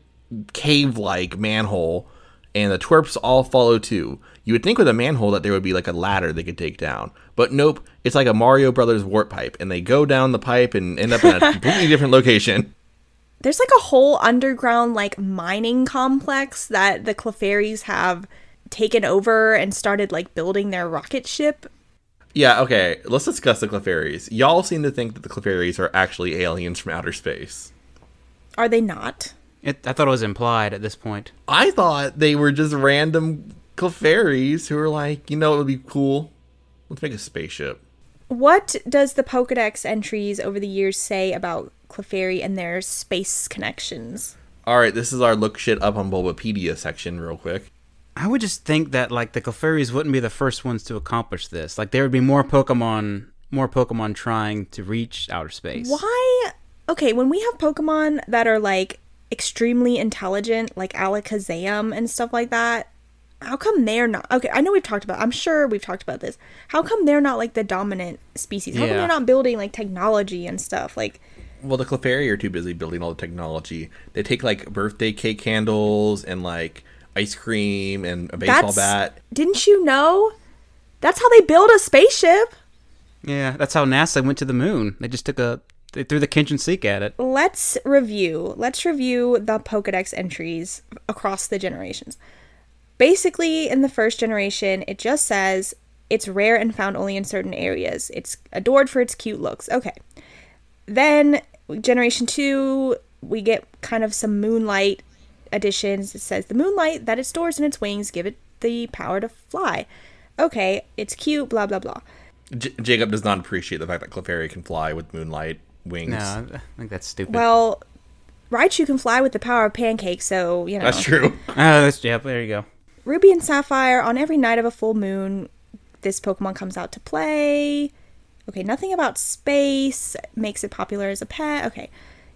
cave like manhole, and the twerps all follow too. You would think with a manhole that there would be like a ladder they could take down, but nope, it's like a Mario Brothers warp pipe, and they go down the pipe and end up in a completely different location. There's like a whole underground like mining complex that the Clefairies have taken over and started like building their rocket ship Yeah, okay, let's discuss the Clefairies. Y'all seem to think that the Clefairies are actually aliens from outer space. Are they not? It, I thought it was implied at this point. I thought they were just random Clefairies who were like, you know, it would be cool. Let's make a spaceship. What does the Pokedex entries over the years say about Clefairy and their space connections? All right, this is our look shit up on Bulbapedia section, real quick. I would just think that like the Clefairies wouldn't be the first ones to accomplish this. Like there would be more Pokemon, more Pokemon trying to reach outer space. Why? Okay, when we have Pokemon that are like extremely intelligent, like Alakazam and stuff like that, how come they're not? Okay, I know we've talked about. I'm sure we've talked about this. How come they're not like the dominant species? How come Yeah. they're not building like technology and stuff? Like, Well, the Clefairy are too busy building all the technology. They take like birthday cake handles and like ice cream and a baseball That's- bat. didn't you know? That's how they build a spaceship. Yeah, that's how NASA went to the moon. They just took a they threw the kitchen sink at it. let's review. Let's review the Pokedex entries across the generations. Basically, in the first generation, it just says it's rare and found only in certain areas. It's adored for its cute looks. Okay. Then, generation two, we get kind of some moonlight additions. It says the moonlight that it stores in its wings give it the power to fly. Okay, it's cute, blah, blah, blah. J- Jacob does not appreciate the fact that Clefairy can fly with moonlight wings. No, I think that's stupid. Well, Raichu can fly with the power of pancakes, so, you know. That's true. oh, that's yeah. There you go. Ruby and Sapphire on every night of a full moon. This Pokemon comes out to play. Okay, nothing about space makes it popular as a pet. Okay,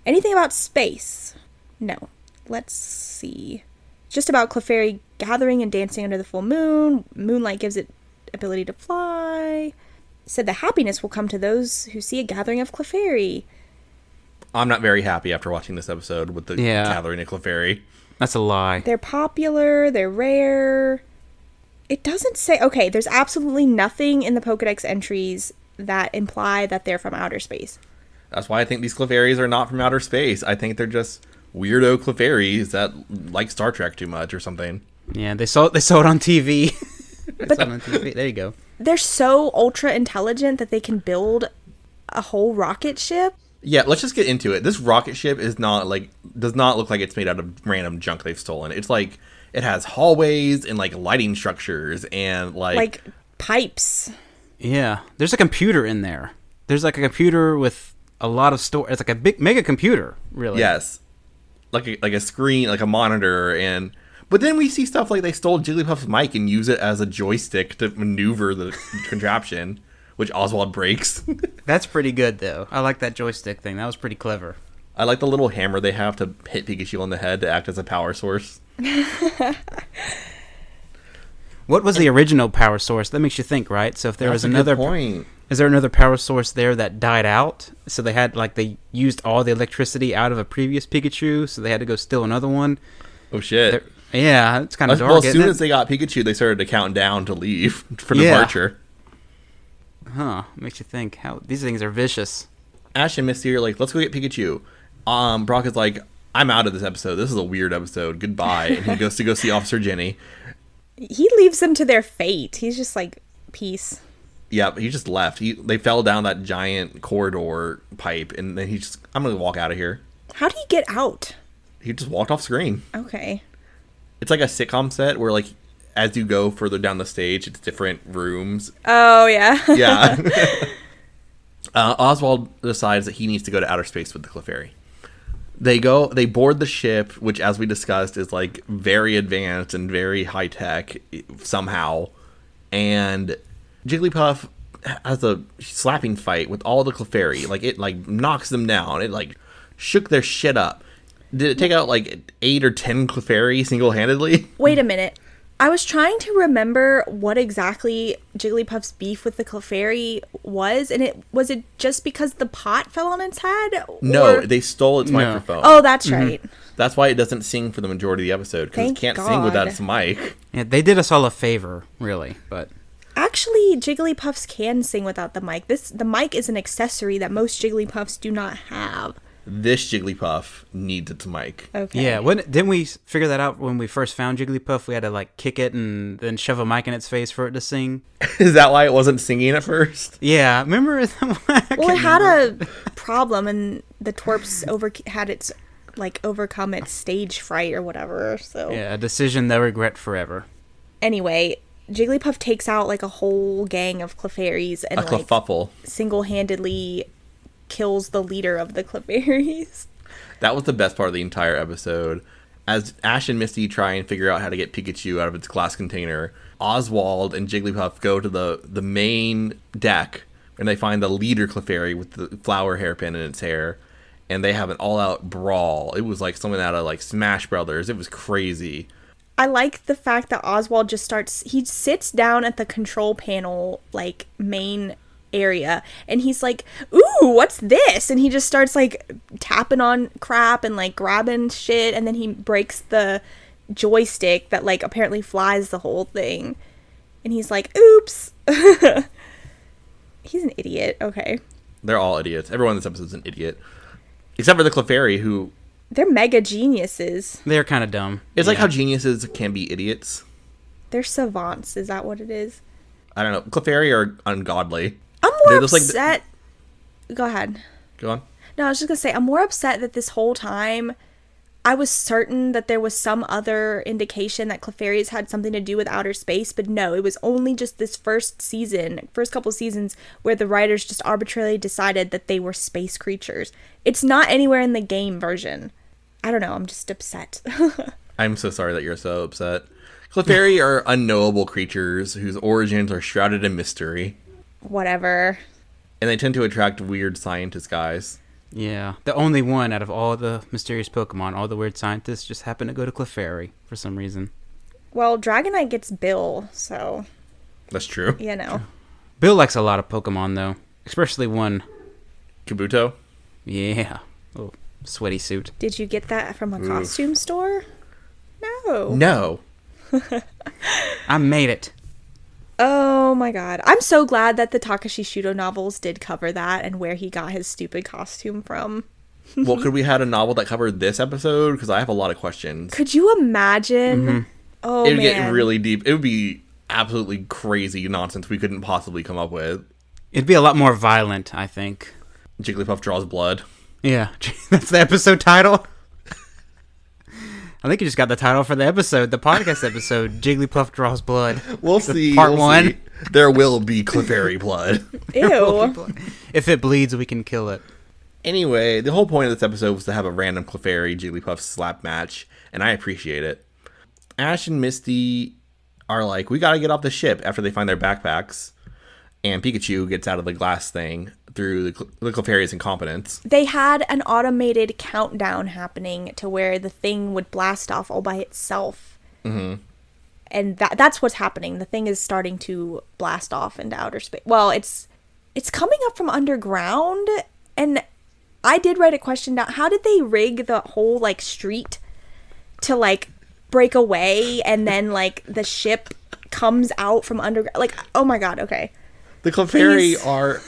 anything about space? No. Let's see. Just about Clefairy gathering and dancing under the full moon. Moonlight gives it ability to fly. Said the happiness will come to those who see a gathering of Clefairy. I'm not very happy after watching this episode with the Yeah. gathering of Clefairy. That's a lie. They're popular, they're rare. It doesn't say okay, there's absolutely nothing in the Pokedex entries that imply that they're from outer space. That's why I think these Clefairies are not from outer space. I think they're just weirdo Clefairies that like Star Trek too much or something. Yeah, they saw it. They saw it on TV. they saw it on TV. There you go. They're so ultra intelligent that they can build a whole rocket ship. Yeah, let's just get into it. This rocket ship is not like does not look like it's made out of random junk they've stolen. It's like it has hallways and like lighting structures and like, Like pipes. Yeah, there's a computer in there. There's like a computer with a lot of store. It's like a big mega computer, really. yes, like a, like a screen, like a monitor, and but then we see stuff like they stole Jigglypuff's mic and use it as a joystick to maneuver the contraption, which Oswald breaks. that's pretty good though. I like that joystick thing. That was pretty clever. I like the little hammer they have to hit Pikachu on the head to act as a power source. What was the original power source? That makes you think, right? So if there was That's a good another point. Is there another power source there that died out? So they had like they used all the electricity out of a previous Pikachu, so they had to go steal another one. Oh shit. Uh, There- yeah, it's kind of dark. well, as isn't soon it? as they got Pikachu, they started to count down to leave for Yeah. departure. huh, makes you think how these things are vicious. Ash and Misty are like, "Let's go get Pikachu." Um, Brock is like, "I'm out of this episode. This is a weird episode. Goodbye." And he goes to go see Officer Jenny. He leaves them to their fate. He's just like peace. Yeah, but he just left. He they fell down that giant corridor pipe, and then he just, "I'm gonna walk out of here." How do you get out? He just walked off screen. Okay. It's like a sitcom set where like. As you go further down the stage, it's different rooms. Oh yeah. Yeah. uh, Oswald decides that he needs to go to outer space with the Clefairy. They go. They board the ship, which, as we discussed, is like very advanced and very high tech somehow. And Jigglypuff has a slapping fight with all the Clefairy. Like it, like knocks them down. It like shook their shit up. Did it take out like eight or ten Clefairy single handedly? Wait Hmm. a minute. I was trying to remember what exactly Jigglypuff's beef with the Clefairy was, and it was it just because the pot fell on its head? No, Or- they stole its microphone. oh, that's Mm-hmm. right. That's why it doesn't sing for the majority of the episode because it Thank can't sing without God. its mic. Yeah, they did us all a favor, really. But Actually, Jigglypuffs can sing without the mic. This the mic is an accessory that most Jigglypuffs do not have. This Jigglypuff needs its mic. Okay. yeah, when didn't we s- figure that out when we first found Jigglypuff? We had to like kick it and then shove a mic in its face for it to sing. Is that why it wasn't singing at first? Yeah, remember? I Well, it can't had remember. a problem, and the twerps over had its like overcome its stage fright or whatever. So Yeah, a decision they'll regret forever. anyway, Jigglypuff takes out like a whole gang of Clefairies and A like kerfuffle. single-handedly kills the leader of the Clefairies. That was the best part of the entire episode. As Ash and Misty try and figure out how to get Pikachu out of its glass container, Oswald and Jigglypuff go to the, the main deck and they find the leader Clefairy with the flower hairpin in its hair and they have an all out brawl. It was like something out of like Smash Brothers. It was crazy. I like the fact that Oswald just starts he sits down at the control panel like main area and he's like, "Ooh, what's this?" and he just starts like tapping on crap and like grabbing shit and then he breaks the joystick that like apparently flies the whole thing. And he's like, "Oops." he's an idiot. Okay. They're all idiots. Everyone in this episode is an idiot. Except for the Clefairy who They're mega geniuses. They're kind of dumb. it's like how geniuses can be idiots. They're savants. Is that what it is? I don't know. Clefairy are ungodly. I'm more They're just like the- upset. Go ahead. Go on. No, I was just gonna say, I'm more upset that this whole time I was certain that there was some other indication that Clefairies had something to do with outer space, but no, it was only just this first season, first couple seasons, where the writers just arbitrarily decided that they were space creatures. It's not anywhere in the game version. I don't know, I'm just upset. I'm so sorry that you're so upset. Clefairy are unknowable creatures whose origins are shrouded in mystery, Whatever. and they tend to attract weird scientist guys. Yeah, the only one out of all the mysterious Pokemon, all the weird scientists just happened to go to Clefairy for some reason. Well, Dragonite gets Bill, so That's true. you know. Bill likes a lot of Pokemon though, especially one. Kabuto? Yeah, oh, sweaty suit. Did you get that from a costume store? No. No. I made it. Oh my god. I'm so glad that the Takashi Shudo novels did cover that and where he got his stupid costume from. well, could we had a novel that covered this episode? Because I have a lot of questions. Could you imagine? Oh Mm-hmm. it would man. get really deep. It would be absolutely crazy nonsense we couldn't possibly come up with. It'd be a lot more violent, I think. Jigglypuff draws blood. Yeah, that's the episode title. I think you just got the title for the episode, the podcast episode, Jigglypuff Draws Blood. We'll see. part we'll one. see. There will be Clefairy blood. Ew. If it bleeds, we can kill it. Anyway, the whole point of this episode was to have a random Clefairy Jigglypuff slap match, and I appreciate it. Ash and Misty are like, we gotta get off the ship after they find their backpacks, and Pikachu gets out of the glass thing through the, Cl- the Clefairy's incompetence. they had an automated countdown happening to where the thing would blast off all by itself. Mm-hmm. And that that's what's happening. The thing is starting to blast off into outer space. Well, it's it's coming up from underground and I did write a question down. How did they rig the whole like street to like break away and then like the ship comes out from underground? Like, oh my god, okay. The Clefairy Please. are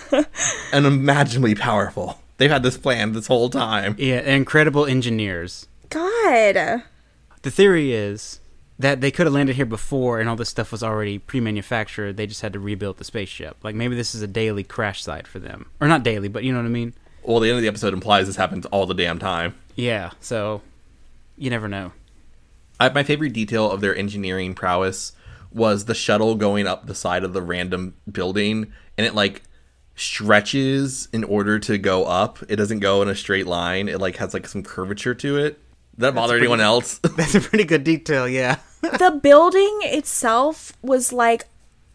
unimaginably powerful. They've had this plan this whole time. Yeah, incredible engineers. God. The theory is that they could have landed here before and all this stuff was already pre manufactured. They just had to rebuild the spaceship. Like maybe this is a daily crash site for them. Or not daily, but you know what I mean? Well, the end of the episode implies this happens all the damn time. Yeah, so you never know. I, my favorite detail of their engineering prowess was the shuttle going up the side of the random building and it like stretches in order to go up. It doesn't go in a straight line. It like has like some curvature to it. Did that bother anyone else? That's a pretty good detail, yeah. the building itself was like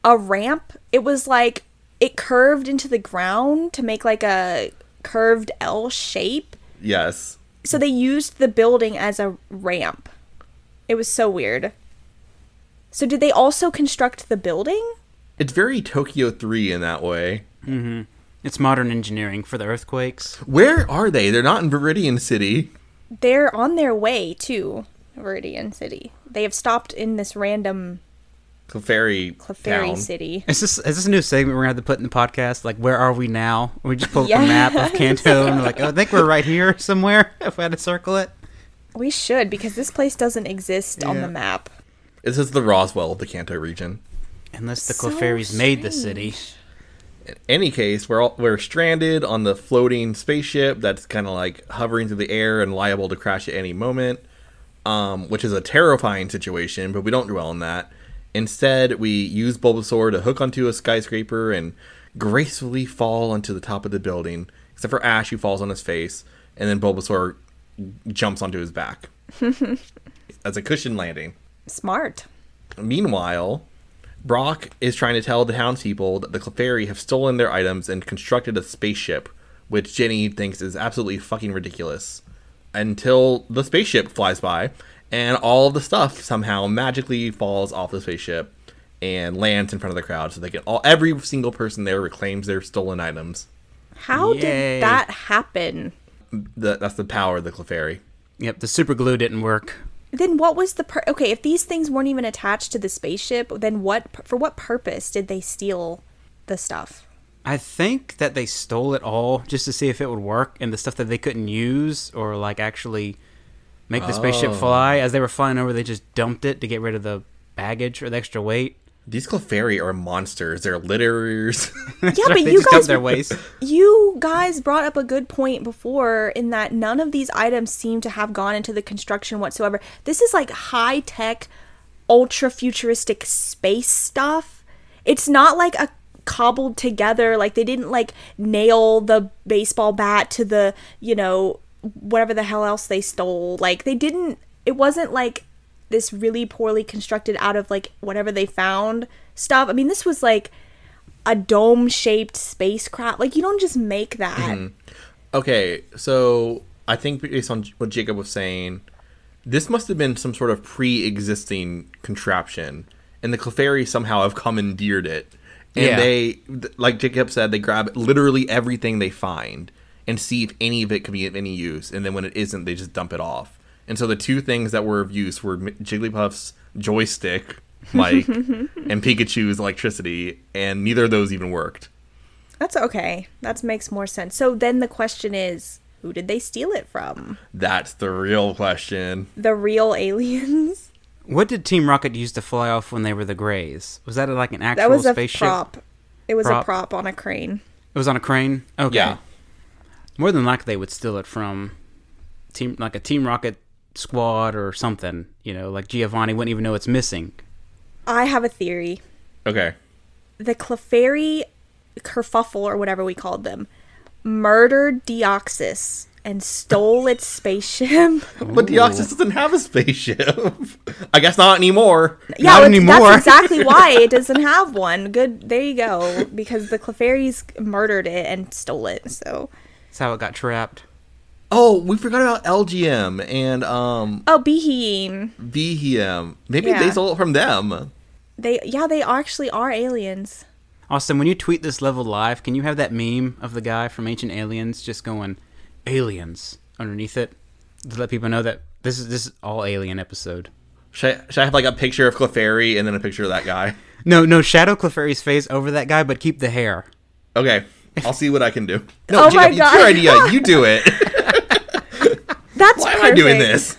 a ramp. It was like it curved into the ground to make like a curved L shape. yes. So they used the building as a ramp. It was so weird. So did they also construct the building? It's very Tokyo 3 in that way. It's modern engineering for the earthquakes. Where are they? They're not in Viridian City. They're on their way to Viridian City. They have stopped in this random Clefairy, Clefairy town. city. Is this is this a new segment we're gonna have to put in the podcast? Like, where are we now? We just pull up a Yes. map of Kanto and we're like, oh, I think we're right here somewhere. If we had to circle it, We should because this place doesn't exist on the map. This is the Roswell of the Kanto region. unless the So Clefairies made the city. in any case, we're all, we're stranded on the floating spaceship that's kind of like hovering through the air and liable to crash at any moment, um, which is a terrifying situation. But we don't dwell on that. Instead, we use Bulbasaur to hook onto a skyscraper and gracefully fall onto the top of the building. Except for Ash, who falls on his face, and then Bulbasaur jumps onto his back as a cushion landing. Smart. Meanwhile, Brock is trying to tell the townspeople that the Clefairy have stolen their items and constructed a spaceship, which Jenny thinks is absolutely fucking ridiculous. Until the spaceship flies by, and all of the stuff somehow magically falls off the spaceship and lands in front of the crowd, so they get all every single person there reclaims their stolen items. How Yay. did that happen? The, that's the power of the Clefairy. Yep, the super glue didn't work. Then what was the pur- okay? If these things weren't even attached to the spaceship, then what for what purpose did they steal the stuff? I think that they stole it all just to see if it would work, and the stuff that they couldn't use or like actually make the spaceship fly. As they were flying over, they just dumped it to get rid of the baggage or the extra weight. These Clefairy are monsters. They're litterers. Yeah, Sorry, but they you just guys dumped their waste. you guys brought up a good point before in that none of these items seem to have gone into the construction whatsoever. This is like high tech, ultra futuristic space stuff. It's not like a cobbled together like they didn't like nail the baseball bat to the, you know, whatever the hell else they stole. Like they didn't it wasn't like this really poorly constructed out of like whatever they found stuff. I mean, this was like a dome shaped spacecraft. Like you don't just make that. Mm-hmm. Okay, so I think based on what Jacob was saying, this must have been some sort of pre-existing contraption, and the Clefairy somehow have commandeered it. And Yeah. they, th- like Jacob said, they grab literally everything they find and see if any of it could be of any use. And then when it isn't, they just dump it off. And so the two things that were of use were M- Jigglypuff's joystick, like, and Pikachu's electricity, and neither of those even worked. That's okay. That makes more sense. So then the question is, who did they steal it from? That's the real question. The real aliens? What did Team Rocket use to fly off when they were the Greys? Was that like an actual That was a spaceship? prop. It was Prop. a prop on a crane. It was on a crane. Okay. Yeah. More than likely, they would steal it from team like a Team Rocket squad or something. You know, like Giovanni wouldn't even know it's missing. I have a theory. Okay. The Clefairy kerfuffle or whatever we called them murdered Deoxys and stole its spaceship. But Deoxys doesn't have a spaceship. I guess not anymore. Not Yeah, that's- anymore. That's exactly why it doesn't have one. Good, there you go. Because the Clefairies murdered it and stole it. So, That's how it got trapped. Oh, we forgot about LGM and um oh, Behem. VHM. Maybe they Yeah. stole it from them. They, yeah, they actually are aliens. Austin, when you tweet this level live, can you have that meme of the guy from Ancient Aliens just going aliens underneath it to let people know that this is this is all alien episode. Should I, should I have like a picture of Clefairy and then a picture of that guy? No, no, shadow Clefairy's face over that guy, but keep the hair. Okay, I'll see what I can do. No, Oh Jacob, my it's your God. idea. You do it. That's Why am I perfect. doing this?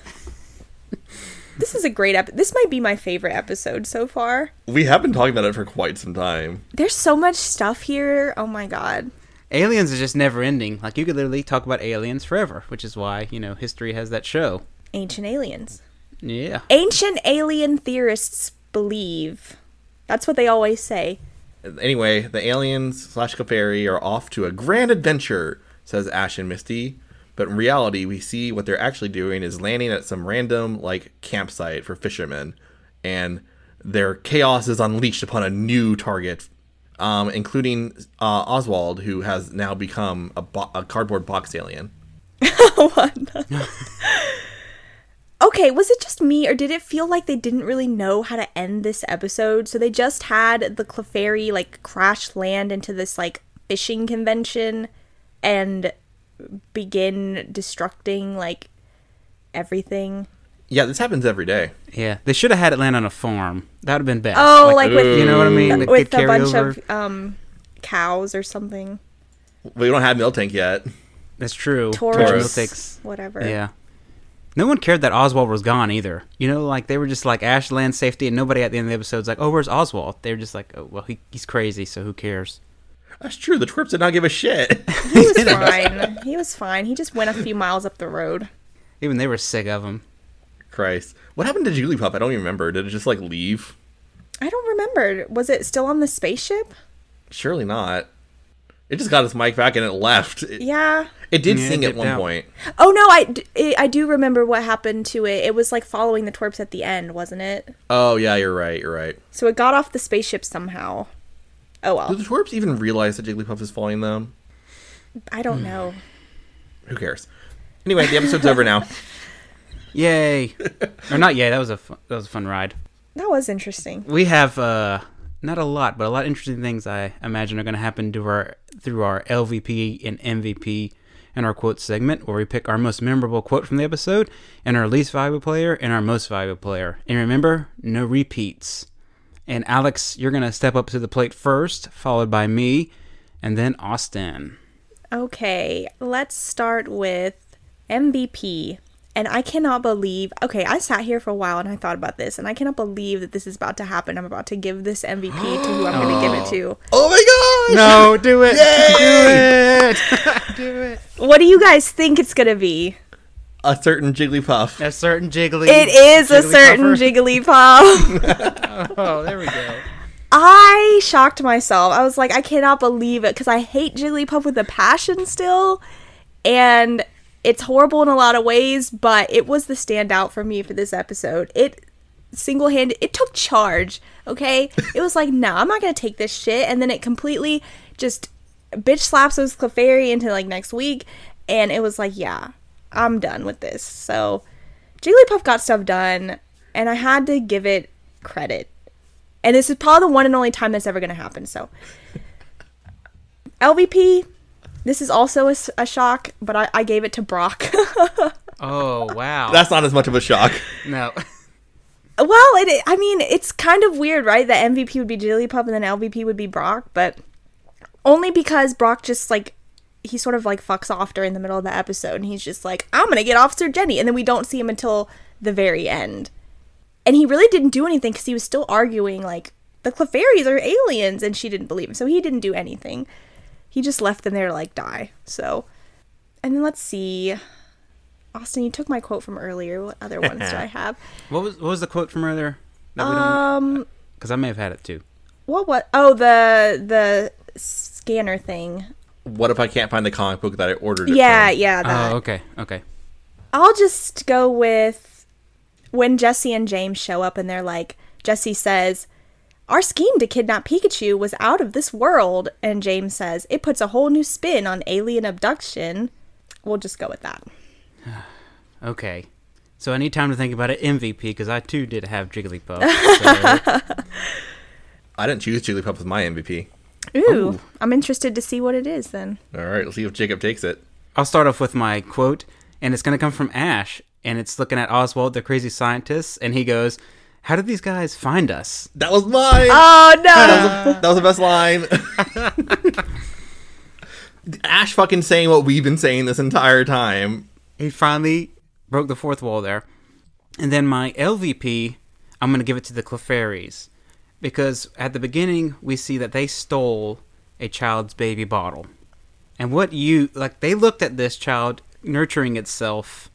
This is a great episode. This might be my favorite episode so far. We have been talking about it for quite some time. There's so much stuff here. Oh my god. Aliens is just never ending. Like you could literally talk about aliens forever, which is why you know history has that show. Ancient aliens. Yeah. Ancient alien theorists believe. That's what they always say. Anyway, the aliens slash Clefairy are off to a grand adventure, says Ash and Misty. But in reality, we see what they're actually doing is landing at some random, like, campsite for fishermen. And their chaos is unleashed upon a new target, um, including uh, Oswald, who has now become a, bo- a cardboard box alien. Okay, was it just me or did it feel like they didn't really know how to end this episode? So they just had the Clefairy like crash land into this like fishing convention and begin destructing like everything. Yeah, this happens every day. Yeah. They should have had it land on a farm. That would have been best. Oh, like, with you know what I mean? They with could a carry bunch over. of um cows or something. We don't have Miltank yet. That's true. Taurus. Which takes- Whatever. Yeah. No one cared that Oswald was gone either. You know, like they were just like Ash land safety, and nobody at the end of the episode's like, "Oh, where's Oswald?" They were just like, "Oh, well, he, he's crazy, so who cares?" That's true. The twerps did not give a shit. He was fine. He was fine. He just went a few miles up the road. Even they were sick of him. Christ. What happened to Jigglypuff? I don't even remember. Did it just like leave? I don't remember. Was it still on the spaceship? Surely not. It just got its mic back and it left. It, Yeah. it did Yeah, it sing at dipped one out. point. Oh no, I, d- I- I do remember what happened to it. It was like following the twerps at the end, wasn't it? Oh yeah, you're right. You're right. So it got off the spaceship somehow. Oh Do well, the twerps even realize that Jigglypuff is following them? I don't know. Who cares? Anyway, the episode's over now. Yay! or not yay. That was a fun, that was a fun ride. That was interesting. We have uh, not a lot, but a lot of interesting things I imagine are going to happen to our through our LVP and MVP and our quote segment, where we pick our most memorable quote from the episode and our least valuable player and our most valuable player. And remember, no repeats. And Alex, you're going to step up to the plate first, followed by me, and then Austin. Okay, let's start with MVP. And I cannot believe. Okay, I sat here for a while and I thought about this, and I cannot believe that this is about to happen. I'm about to give this MVP to who I'm going to give it to. Oh my gosh! No, do it. Yay! Do it. What do you guys think it's going to be? A certain Jigglypuff. A certain jiggly. It is a certain jiggly. Jigglypuff. Oh, there we go. I shocked myself. I was like, I cannot believe it because I hate Jigglypuff with a passion still, and it's horrible in a lot of ways. But it was the standout for me for this episode. It single handed. It took charge. Okay, it was like, nah, I'm not gonna take this shit. And then it completely just bitch slaps those Clefairy into like next week, and it was like, yeah, I'm done with this. So Jigglypuff got stuff done, and I had to give it credit. And this is probably the one and only time that's ever going to happen. So, LVP, this is also a, s- a shock, but I, I gave it to Brock. Oh, wow. That's not as much of a shock. no. well, it, I mean, it's kind of weird, right? That MVP would be Jigglypuff and then LVP would be Brock, but only because Brock just like he sort of like fucks off during the middle of the episode and he's just like, I'm gonna get Officer Jenny. And then we don't see him until the very end. And he really didn't do anything because he was still arguing, like, the Clefairies are aliens. And she didn't believe him. So he didn't do anything. He just left them there to, like, die. So, and then let's see. Austin, you took my quote from earlier. What other ones do I have? What was what was the quote from earlier? Um, Because I may have had it too. what what oh the the scanner thing What if I can't find the comic book that I ordered? It yeah from? yeah that Oh, okay, okay. i'll just go with when jesse and james show up and they're like jesse says our scheme to kidnap pikachu was out of this world and james says it puts a whole new spin on alien abduction we'll just go with that Okay. So I need time to think about it. MVP, because I too did have Jigglypuff. So. I didn't choose Jigglypuff as my MVP. ooh, i'm interested to see what it is then All right, let's see if Jacob takes it. I'll start off with my quote, and it's going to come from Ash, and it's looking at Oswald, the crazy scientist, and he goes, How did these guys find us? That was mine. oh no that, was the, that was the best line. Ash fucking saying what we've been saying this entire time. He finally broke the fourth wall there. And then my LVP, I'm going to give it to the Clefairies. Because at the beginning, we see that they stole a child's baby bottle. And what you, like, they looked at this child nurturing itself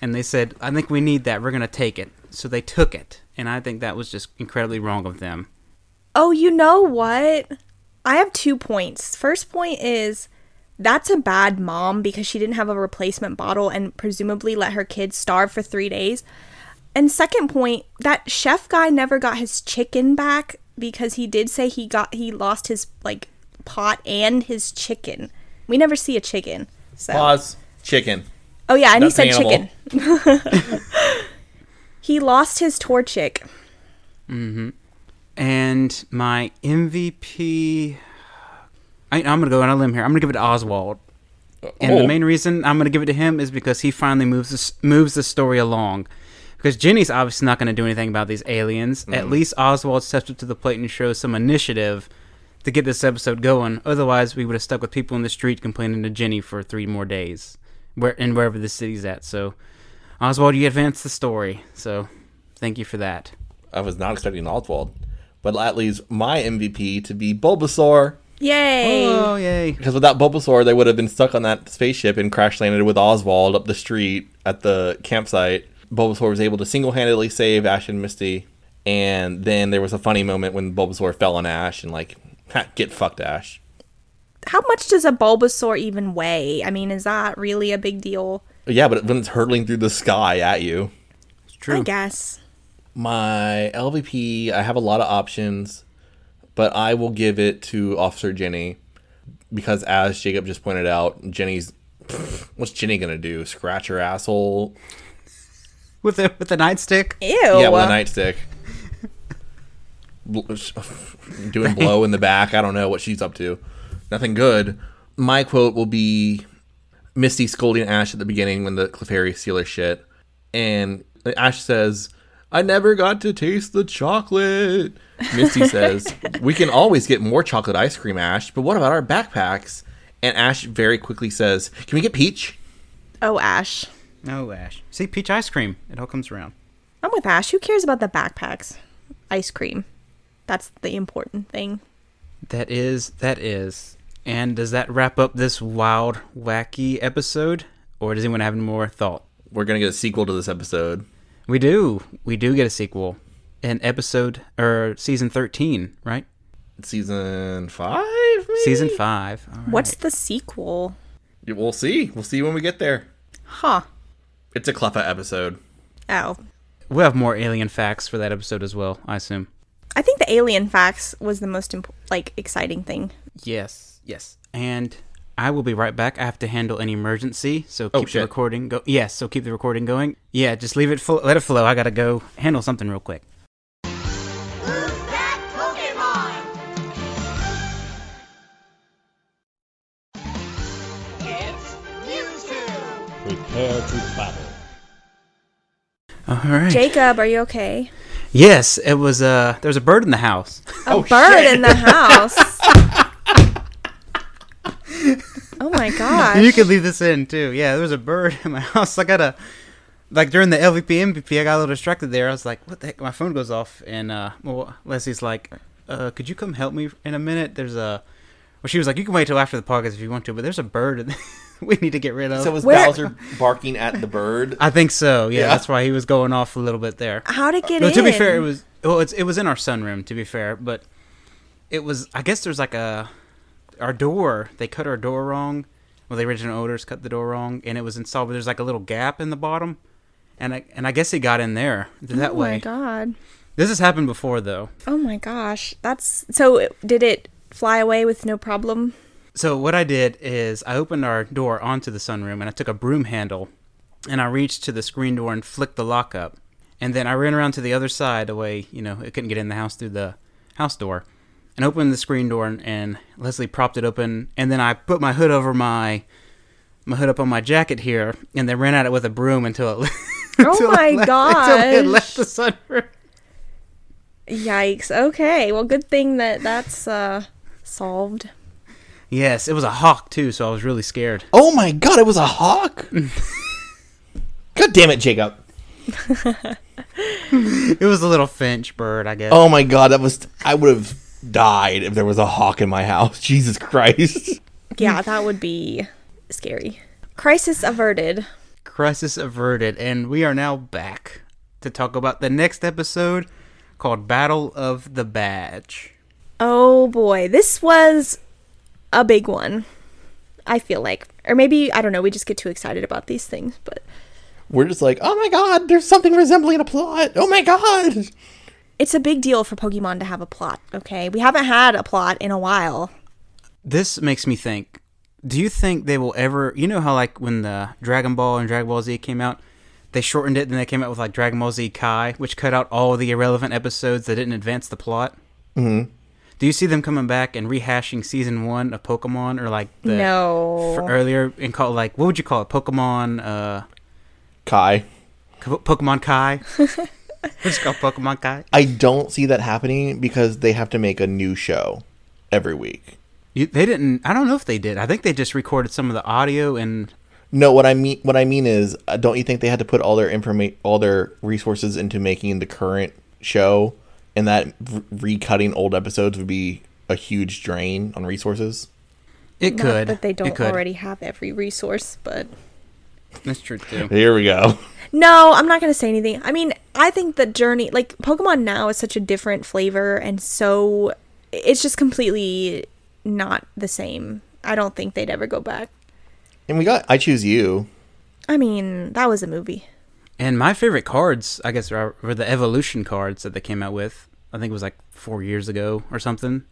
and they said, I think we need that. We're going to take it. So they took it. And I think that was just incredibly wrong of them. Oh, you know what? I have two points. First point is that's a bad mom because she didn't have a replacement bottle and presumably let her kid starve for three days. And second point, that chef guy never got his chicken back because he did say he got he lost his like pot and his chicken. We never see a chicken. So Pause. Chicken. Oh yeah, and he That's said an animal. chicken. he lost his Torchic. And my MVP, I, I'm going to go on a limb here. I'm going to give it to Oswald. And the Oh. main reason I'm going to give it to him is because he finally moves this, moves the story along. Because Jenny's obviously not going to do anything about these aliens. At least Oswald steps up to the plate and shows some initiative to get this episode going. Otherwise, we would have stuck with people in the street complaining to Jenny for three more days, where and wherever the city's at. So, Oswald, you advanced the story. So, thank you for that. I was not expecting Oswald, but that leaves my MVP to be Bulbasaur. Yay! Oh, yay. Because without Bulbasaur, they would have been stuck on that spaceship and crash landed with Oswald up the street at the campsite. Bulbasaur was able to single handedly save Ash and Misty. And then there was a funny moment when Bulbasaur fell on Ash and, like, ha, get fucked, Ash. How much does a Bulbasaur even weigh? I mean, is that really a big deal? But yeah, but when it's hurtling through the sky at you. It's true. I guess. My LVP, I have a lot of options, but I will give it to Officer Jenny because, as Jacob just pointed out, Jenny's. What's Jenny gonna do? Scratch her asshole? With a, with a nightstick? Ew. Yeah, with a nightstick. Bl- Doing blow in the back. I don't know what she's up to. Nothing good. My quote will be Misty scolding Ash at the beginning when the Clefairy steal her shit. And Ash says, I never got to taste the chocolate. Misty says, We can always get more chocolate ice cream, Ash, but what about our backpacks? And Ash very quickly says, Can we get peach? Oh, Ash. No, Ash. See, peach ice cream. It all comes around. I'm with Ash. Who cares about the backpacks? Ice cream. That's the important thing. That is, that is. And does that wrap up this wild, wacky episode? Or does anyone have any more thought? We're going to get a sequel to this episode. We do. We do get a sequel in episode, or season 13, right? Season five? maybe? Season 5. All right. What's the sequel? Yeah, We'll see. We'll see when we get there. Huh. It's a Cleffa episode. Oh. We'll have more alien facts for that episode as well, I assume. I think the alien facts was the most imp- like exciting thing. Yes, yes. And I will be right back. I have to handle an emergency, so Oh, keep the shit. recording go. Yes, so keep the recording going. Yeah, just leave it. Fl- let it flow. I gotta go handle something real quick. Who's that Pokemon? It's Mewtwo! Prepare to battle. All right. Jacob, are you okay? Yes, it was. Uh, there was a bird in the house. A bird in the house. oh my gosh. you can leave this in too. Yeah, there was a bird in my house. I gotta. Like during the LVP MVP, I got a little distracted there. I was like, "What the heck?" My phone goes off, and uh, well, Leslie's like, uh, "Could you come help me in a minute?" There's a. Well, she was like, "You can wait till after the podcast if you want to, but there's a bird in- we need to get rid of." So was Where- Bowser barking at the bird? I think so. Yeah, Yeah. that's why he was going off a little bit there. How'd it get No, in? to be fair, it was well, it's, it was in our sunroom. To be fair, but it was. I guess there's like a our door. They cut our door wrong. Well, the original owners cut the door wrong, and it was installed. But there's like a little gap in the bottom, and I and I guess he got in there that oh my way. god. This has happened before though. Oh my gosh. That's so it- did it fly away with no problem? So what I did is I opened our door onto the sunroom and I took a broom handle and I reached to the screen door and flicked the lock up. And then I ran around to the other side away, you know, it couldn't get in the house through the house door. And opened the screen door and, and Leslie propped it open and then I put my hood over my my hood up on my jacket here and then ran at it with a broom until it Oh my until it gosh. left the sunroom. Yikes. Okay. Well, good thing that that's uh solved. Yes, it was a hawk too, so I was really scared. Oh my god, it was a hawk! god damn it, Jacob. It was a little finch bird, I guess. Oh my god, that was. I would have died if there was a hawk in my house. Jesus Christ. Mm. Yeah, that would be scary. Crisis averted. crisis averted and we are now back to talk about the next episode called battle of the badge Oh boy. This was a big one. I feel like. Or maybe I don't know, we just get too excited about these things, but We're just like, oh my god, there's something resembling a plot. Oh my god. it's a big deal for Pokemon to have a plot, okay? We haven't had a plot in a while. this makes me think do you think they will ever you know how like when the dragon ball and dragon ball z came out they shortened it and they came out with like dragon ball z kai which cut out all the irrelevant episodes that didn't advance the plot mm-hmm. do you see them coming back and rehashing season one of pokemon or like the No. f- earlier and call like what would you call it pokemon uh Kai, K- Pokemon Kai. it's called Pokemon Kai. I don't see that happening because they have to make a new show every week. You, they didn't. I don't know if they did. I think they just recorded some of the audio and. No, what I mean what I mean is, uh, don't you think they had to put all their informa- all their resources into making the current show, and that r- recutting old episodes would be a huge drain on resources. It Not could. that they It don't could. already have every resource, but That's true too. Here we go. No, I'm not going to say anything. I mean, I think the journey, like Pokemon Now, is such a different flavor, and so it's just completely not the same. I don't think they'd ever go back. And we got I Choose You. I mean, that was a movie. And my favorite cards, I guess, are, were the evolution cards that they came out with. I think it was like four years ago or something.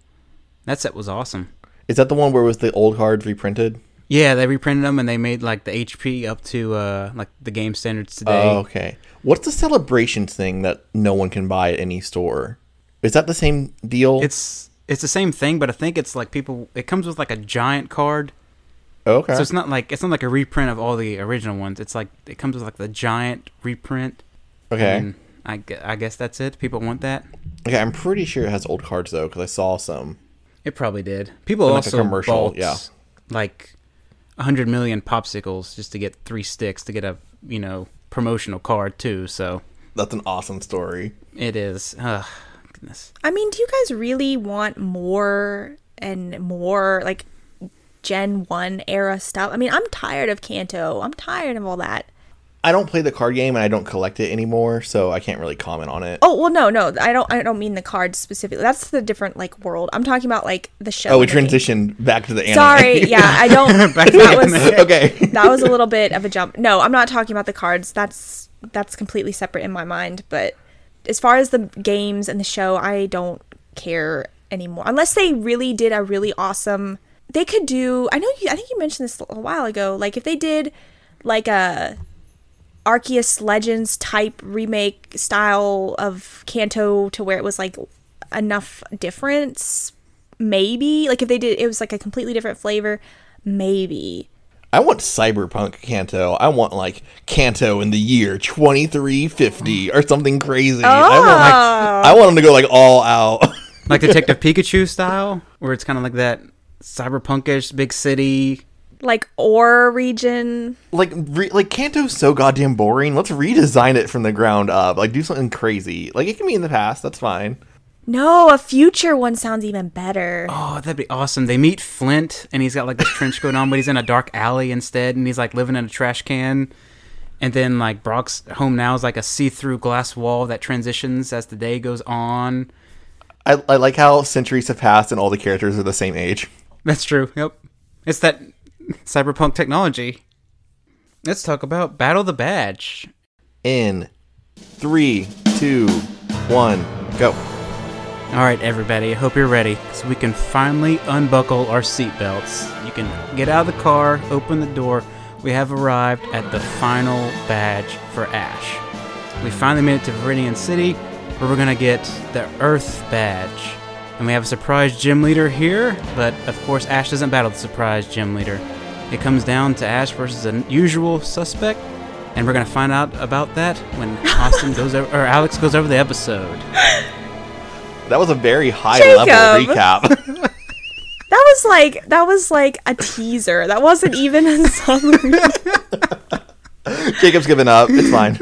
That set was awesome. Is that the one where it was the old cards reprinted? Yeah, they reprinted them and they made like the HP up to uh like the game standards today. Oh, okay. What's the celebration thing that no one can buy at any store? Is that the same deal? It's it's the same thing, but I think it's like people. It comes with like a giant card, okay. so it's not like it's not like a reprint of all the original ones. It's like it comes with like the giant reprint. okay. And I, gu- I guess that's it. People want that. Okay, I'm pretty sure it has old cards though, because I saw some. It probably did. People Like a also commercial, bought yeah. like hundred million popsicles just to get three sticks to get a you know promotional card too. So That's an awesome story. it is. Uh, goodness. I mean, do you guys really want more and more like Gen 1 era stuff? I mean, I'm tired of Kanto. I'm tired of all that. I don't play the card game and I don't collect it anymore, so I can't really comment on it. Oh, well no, no. I don't I don't mean the cards specifically. That's the different like world. I'm talking about like the show. Oh, we and the game. transitioned back to the anime. Sorry, yeah, I don't. Back to that the was okay. that was a little bit of a jump. No, I'm not talking about the cards. That's that's completely separate in my mind. But as far as the games and the show, I don't care anymore. Unless they really did a really awesome. They could do. I know. You, I think you mentioned this a little while ago. Like if they did, like a Arceus Legends type remake style of Kanto to where it was like enough difference maybe like if they did it was like a completely different flavor maybe I want cyberpunk Kanto. I want like Kanto in the year 2350 or something crazy. I want like, I Oh. want them to go like all out. like Detective Pikachu style, where it's kind of like that cyberpunkish big city. like or region like re- like Kanto's so goddamn boring. Let's redesign it from the ground up. Like do something crazy. Like it can be in the past. That's fine. no a future one sounds even better Oh, that'd be awesome. They meet Flint, and he's got like this trench coat on, but he's in a dark alley instead, and he's like living in a trash can. And then like Brock's home now is like a see-through glass wall that transitions as the day goes on. I, I like how centuries have passed and all the characters are the same age. That's true. Yep, it's that cyberpunk technology. Let's talk about Battle the Badge. In three, two, one, go. All right, everybody, I hope you're ready so we can finally unbuckle our seatbelts. You can get out of the car, open the door. We have arrived at the final badge for Ash. We finally made it to Viridian City, where we're going to get the Earth badge. And we have a surprise gym leader here, but of course, Ash doesn't battle the surprise gym leader. It comes down to Ash versus an usual suspect, and we're going to find out about that when Austin goes over, or Alex goes over the episode. That was a very high level Jacob. recap. that was like that was like a teaser that wasn't even a summary Jacob's given up. It's fine.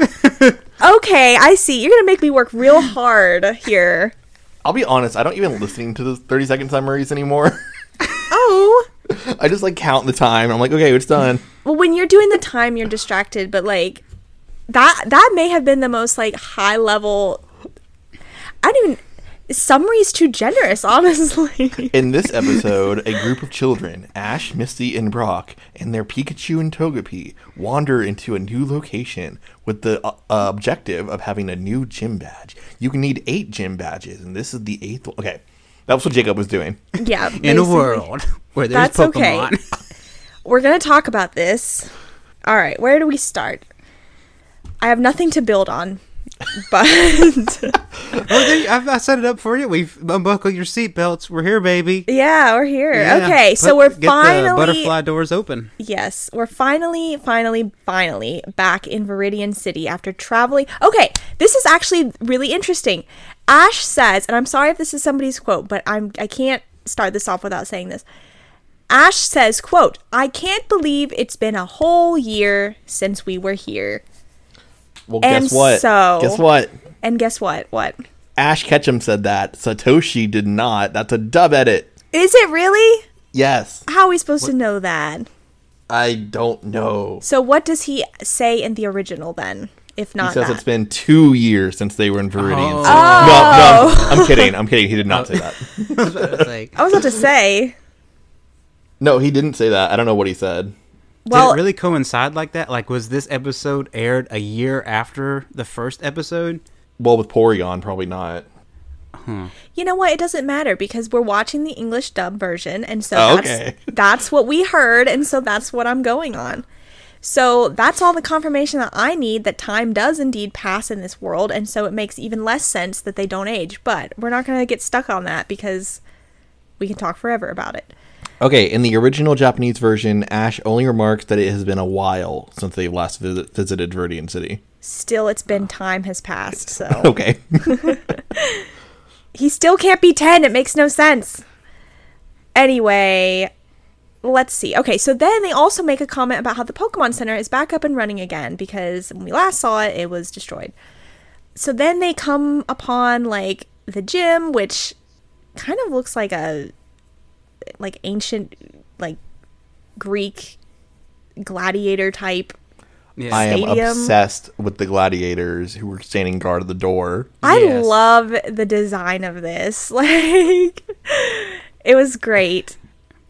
okay i see you're gonna make me work real hard here I'll be honest. I don't even listen to the thirty second summaries anymore. oh I just like count the time. I'm like, okay, it's done. well when you're doing the time you're distracted but like that that may have been the most like high level i don't even summary's too generous honestly In this episode, a group of children, Ash, Misty, and Brock, and their Pikachu and Togepi, wander into a new location with the uh, uh, objective of having a new gym badge. You can need eight gym badges, and this is the eighth one. Okay, that's what Jacob was doing. yeah in a basically. world where there's That's okay. Pokemon. we're gonna talk about this. All right, where do we start? I have nothing to build on, but I've, I set it up for you. We've unbuckled your seatbelts. We're here, baby. yeah, we're here. Yeah. okay, so Put- we're get the finally butterfly doors open. yes, we're finally, finally, finally back in Viridian City after traveling. Okay, this is actually really interesting. Ash says, and I'm sorry if this is somebody's quote, but I'm I can't start this off without saying this. Ash says, "quote I can't believe it's been a whole year since we were here." Well, And guess what? so- guess what? And guess what? What? Ash Ketchum said that. Satoshi did not. That's a dub edit. Is it really? Yes. How are we supposed to know that? I don't know. So what does he say in the original then? If He not says that. it's been two years since they were in Viridian. City. No, Oh. no, I'm, I'm kidding. I'm kidding. He did not say that. like, I was about to say. No, he didn't say that. I don't know what he said. Well, did it really coincide like that? Like, was this episode aired a year after the first episode? Well, with Porygon, probably not. you know what? It doesn't matter because we're watching the English dub version, and so Oh, that's okay. that's what we heard, and so that's what I'm going on. So that's all the confirmation that I need that time does indeed pass in this world, and so it makes even less sense that they don't age. But we're not going to get stuck on that because we can talk forever about it. Okay, in the original Japanese version, Ash only remarks that it has been a while since they last visit, visited Viridian City. Still, it's Oh. been time has passed, so Okay. he still can't be 10. It makes no sense. Anyway, let's see. Okay, so then they also make a comment about how the Pokemon Center is back up and running again because when we last saw it, it was destroyed. So then they come upon like the gym, which kind of looks like a like ancient like Greek gladiator type. Yeah. I am Stadium. obsessed with the gladiators who were standing guard at the door. I Yes. love the design of this. Like, it was great.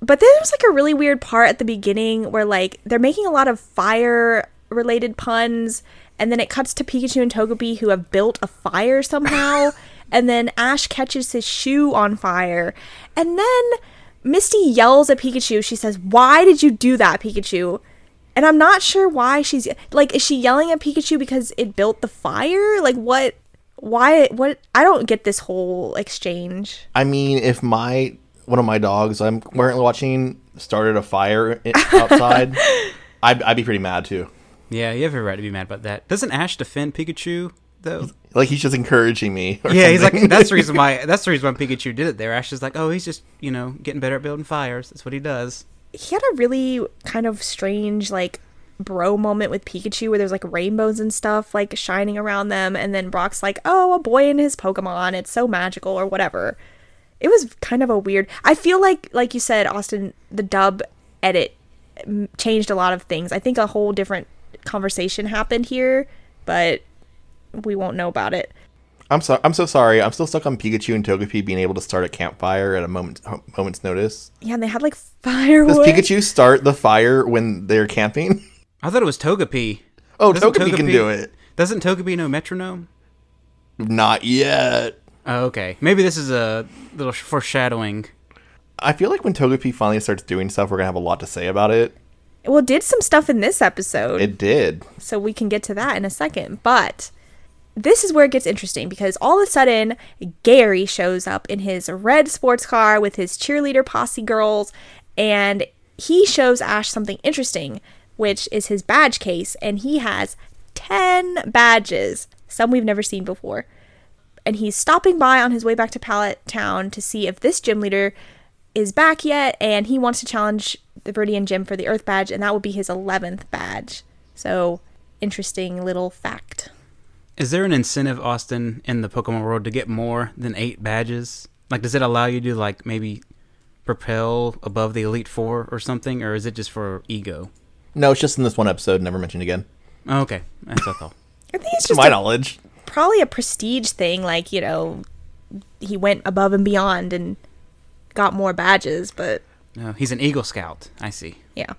But then there's like a really weird part at the beginning where like they're making a lot of fire related puns, and then it cuts to Pikachu and Togepi who have built a fire somehow, and then Ash catches his shoe on fire, and then Misty yells at Pikachu. She says, "Why did you do that, Pikachu?" And I'm not sure why she's like, is she yelling at Pikachu because it built the fire? Like, what? Why? What? I don't get this whole exchange. I mean, if my one of my dogs I'm currently watching started a fire i- outside, I'd, I'd be pretty mad too. yeah, you have every right to be mad about that. Doesn't Ash defend Pikachu though? Like he's just encouraging me. or Yeah, he's something. like that's the reason why that's the reason why Pikachu did it there. Ash is like, oh, he's just you know getting better at building fires. That's what he does. He had a really kind of strange, like, bro moment with Pikachu where there's like rainbows and stuff like shining around them. And then Brock's like, oh, a boy and his Pokemon. It's so magical or whatever. It was kind of a weird. I feel like, like you said, Austin, the dub edit mm, changed a lot of things. I think a whole different conversation happened here, but we won't know about it. I'm sorry. I'm so sorry. I'm still stuck on Pikachu and Togepi being able to start a campfire at a moment moment's notice. Yeah, and they had like Does fireworks. Pikachu start the fire when they're camping? I thought it was Togepi. Oh, Doesn't Togepi can do it. Doesn't Togepi know metronome? Not yet. Oh, okay. Maybe this is a little sh- foreshadowing. I feel like when Togepi finally starts doing stuff, we're gonna have a lot to say about it. Well, did some stuff in this episode, It did. so we can get to that in a second. But this is where it gets interesting because all of a sudden, Gary shows up in his red sports car with his cheerleader posse girls, and he shows Ash something interesting, which is his badge case, and he has 10 badges, some we've never seen before. and he's stopping by on his way back to Pallet Town to see if this gym leader is back yet, and he wants to challenge the Viridian Gym for the Earth Badge, and that would be his 11th badge. So, interesting little fact. Is there an incentive, Austin, in the Pokemon world to get more than eight badges? Like, does it allow you to like maybe propel above the elite four or something, or is it just for ego? No, it's just in this one episode, never mentioned again. Oh, okay, that's what I thought. I think it's To just my a- knowledge. probably a prestige thing, like, you know, he went above and beyond and got more badges, but No, Oh, he's an Eagle Scout. I see. yeah.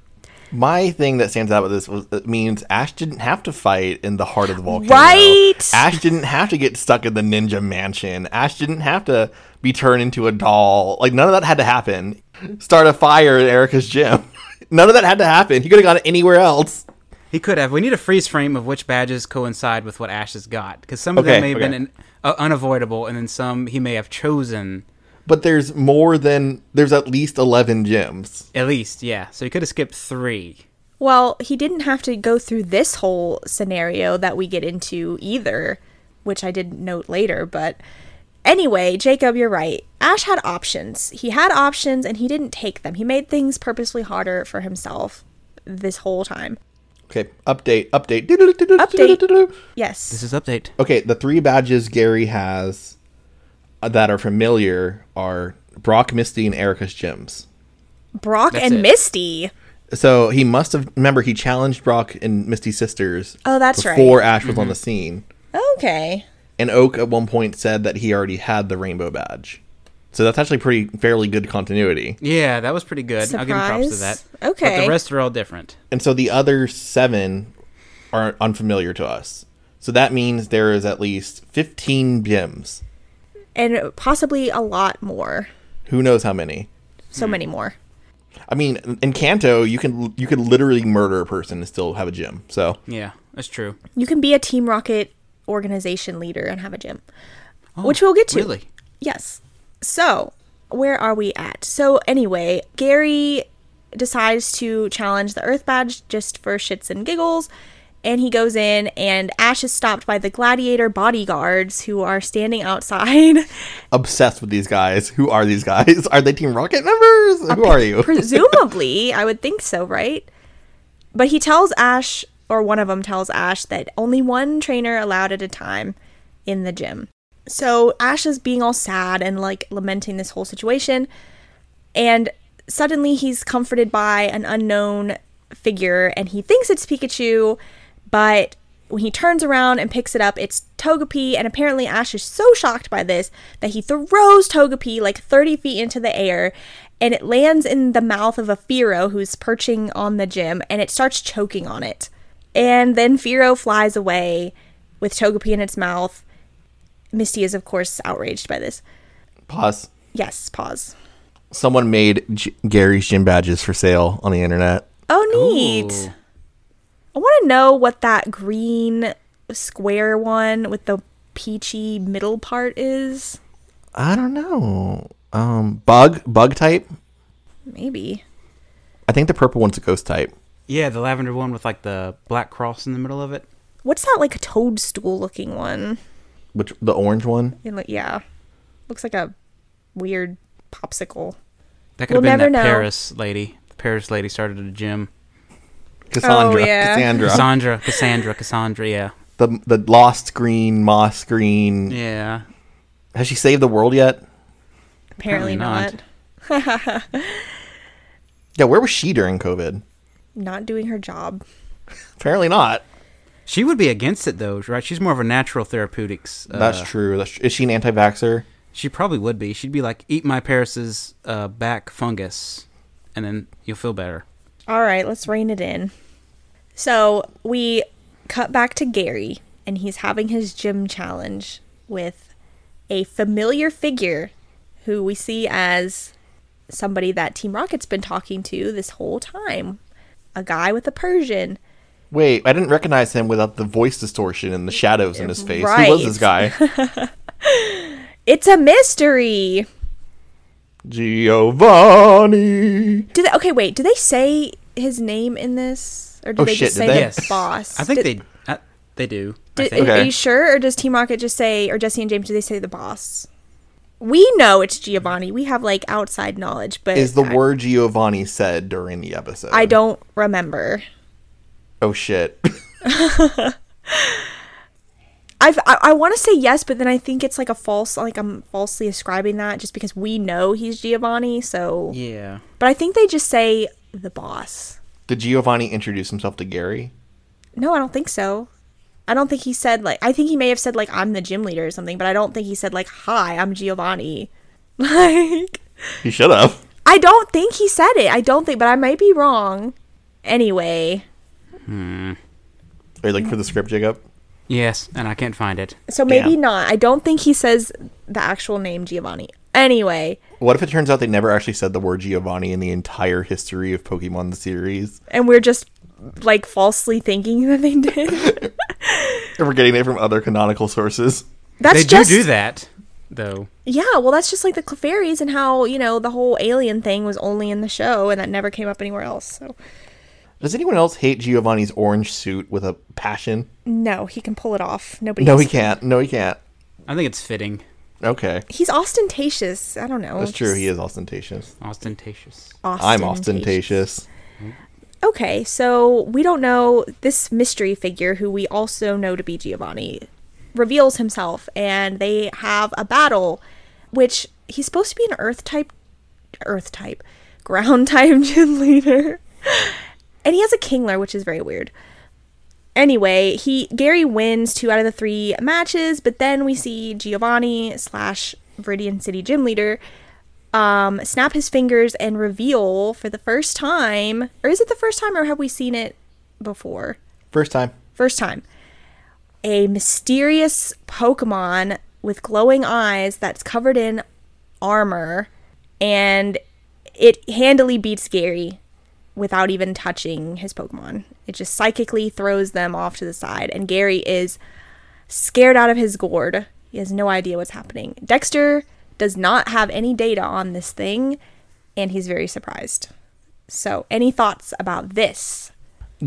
My thing that stands out with this was, it means Ash didn't have to fight in the heart of the volcano. Right? Ash didn't have to get stuck in the ninja mansion. Ash didn't have to be turned into a doll. Like none of that had to happen. Start a fire at Erica's gym. none of that had to happen. He could have gone anywhere else. He could have. We need a freeze frame of which badges coincide with what Ash has got, because some of Okay, them may have okay. been an, uh, unavoidable, and then some he may have chosen. But there's more than there's at least eleven gyms. At least, yeah. So he could have skipped three. Well, he didn't have to go through this whole scenario that we get into either, which I did note later. But anyway, Jacob, you're right. Ash had options. He had options and he didn't take them. He made things purposely harder for himself this whole time. Okay, update, update. Update. Yes. is update. Okay, the three badges Gary has uh, that are familiar are Brock, Misty, and Erica's gems. Brock That's and it. Misty. So he must have remember he challenged Brock and Misty's sisters. Oh, that's right. Before Ash was on the scene, Okay. and Oak at one point said that he already had the rainbow badge. So that's actually pretty fairly good continuity. Yeah, that was pretty good. I'll give him props to that. Surprise. But Okay. the rest are all different. And so the other seven are unfamiliar to us. So that means there is at least fifteen gems. And possibly a lot more. Who knows how many? So many more. I mean, in Kanto, you can you could literally murder a person and still have a gym. So Yeah, that's true. You can be a Team Rocket organization leader and have a gym, which we'll get to. Oh, Really? Yes. So, where are we at? So, anyway, Gary decides to challenge the Earth Badge just for shits and giggles. And he goes in, and Ash is stopped by the gladiator bodyguards who are standing outside, obsessed with these guys. Who are these guys? Are they Team Rocket members? Who are you? presumably. I would think so, right? But he tells Ash, or one of them tells Ash, that only one trainer allowed at a time in the gym. So Ash is being all sad and like lamenting this whole situation. And suddenly he's comforted by an unknown figure and he thinks it's Pikachu, but when he turns around and picks it up, it's Togepi. And apparently, Ash is so shocked by this that he throws Togepi like 30 feet into the air and it lands in the mouth of a Firo who's perching on the gym and it starts choking on it. And then Firo flies away with Togepi in its mouth. Misty is, of course, outraged by this. Pause. Yes, pause. Someone made G- Gary's gym badges for sale on the internet. Oh, neat. Ooh. I want to know what that green square one with the peachy middle part is. I don't know. Um, bug, bug type. Maybe. I think the purple one's a ghost type. Yeah, the lavender one with like the black cross in the middle of it. What's that like toadstool looking one? Which the orange one? And like, yeah, looks like a weird popsicle. That could We'll have never been that know. Paris lady. The Paris lady started a gym. Cassandra. yeah. Cassandra. Cassandra, Cassandra, Cassandra. Yeah, the the lost green, moss green. yeah. Has she saved the world yet? Apparently, Apparently not. not. not. Yeah. Where was she during COVID? doing her job. Apparently not. She would be against it though, right? She's more of a natural therapeutics. Uh, That's true. That's tr- Is she an anti-vaxxer? She probably would be. She'd be like, "Eat my Paris's uh, back fungus, and then you'll feel better." All right, let's rein it in. So we cut back to Gary, and he's having his gym challenge with a familiar figure who we see as somebody that Team Rocket's been talking to this whole time a guy with a Persian. Wait, I didn't recognize him without the voice distortion and the shadows in his face. Who was this guy? It's a mystery. Giovanni. Do they, okay, wait, do they say his name in this? Or do Oh, they shit, just did say they? Yes, boss? I think Did- they uh, they do. I Did, think. Are Okay. you sure, or does Team Rocket just say, or Jesse and James, do they say the boss? We know it's Giovanni. We have like outside knowledge, but Is the I, word Giovanni said during the episode? I don't remember. Oh shit. I've, I I want to say yes, but then I think it's like a false, like I'm falsely ascribing that just because we know he's Giovanni. So, Yeah. but I think they just say the boss. Did Giovanni introduce himself to Gary? No, I don't think so. I don't think he said like. I think he may have said like I'm the gym leader or something, but I don't think he said like Hi, I'm Giovanni. Like. He should have. I don't think he said it. I don't think, but I might be wrong. Anyway, Are you looking for the script, Jacob? Yes, and I can't find it. so maybe Damn. not. I don't think he says the actual name Giovanni. Anyway, What if it turns out they never actually said the word Giovanni in the entire history of Pokemon the series? and we're just like falsely thinking that they did. And we're getting it from other canonical sources. That's They just do do that though. yeah. Well, that's just like the Clefairies and how you know the whole alien thing was only in the show and that never came up anywhere else. So Does anyone else hate Giovanni's orange suit with a passion? no, he can pull it off. Nobody. No, else- he can't. No, he can't. I think it's fitting, Okay. He's ostentatious. I don't know. That's true. He is ostentatious. ostentatious. I'm ostentatious. Okay, so we don't know this mystery figure who we also know to be Giovanni reveals himself and they have a battle which he's supposed to be an earth type earth type ground type gym leader and he has a kingler which is very weird anyway he gary wins two out of the three matches but then we see giovanni slash viridian city gym leader um, snap his fingers and reveal for the first time or is it the first time or have we seen it before First time. first time a mysterious pokemon with glowing eyes that's covered in armor and it handily beats gary without even touching his pokemon it just psychically throws them off to the side and gary is scared out of his gourd he has no idea what's happening dexter does not have any data on this thing and he's very surprised so any thoughts about this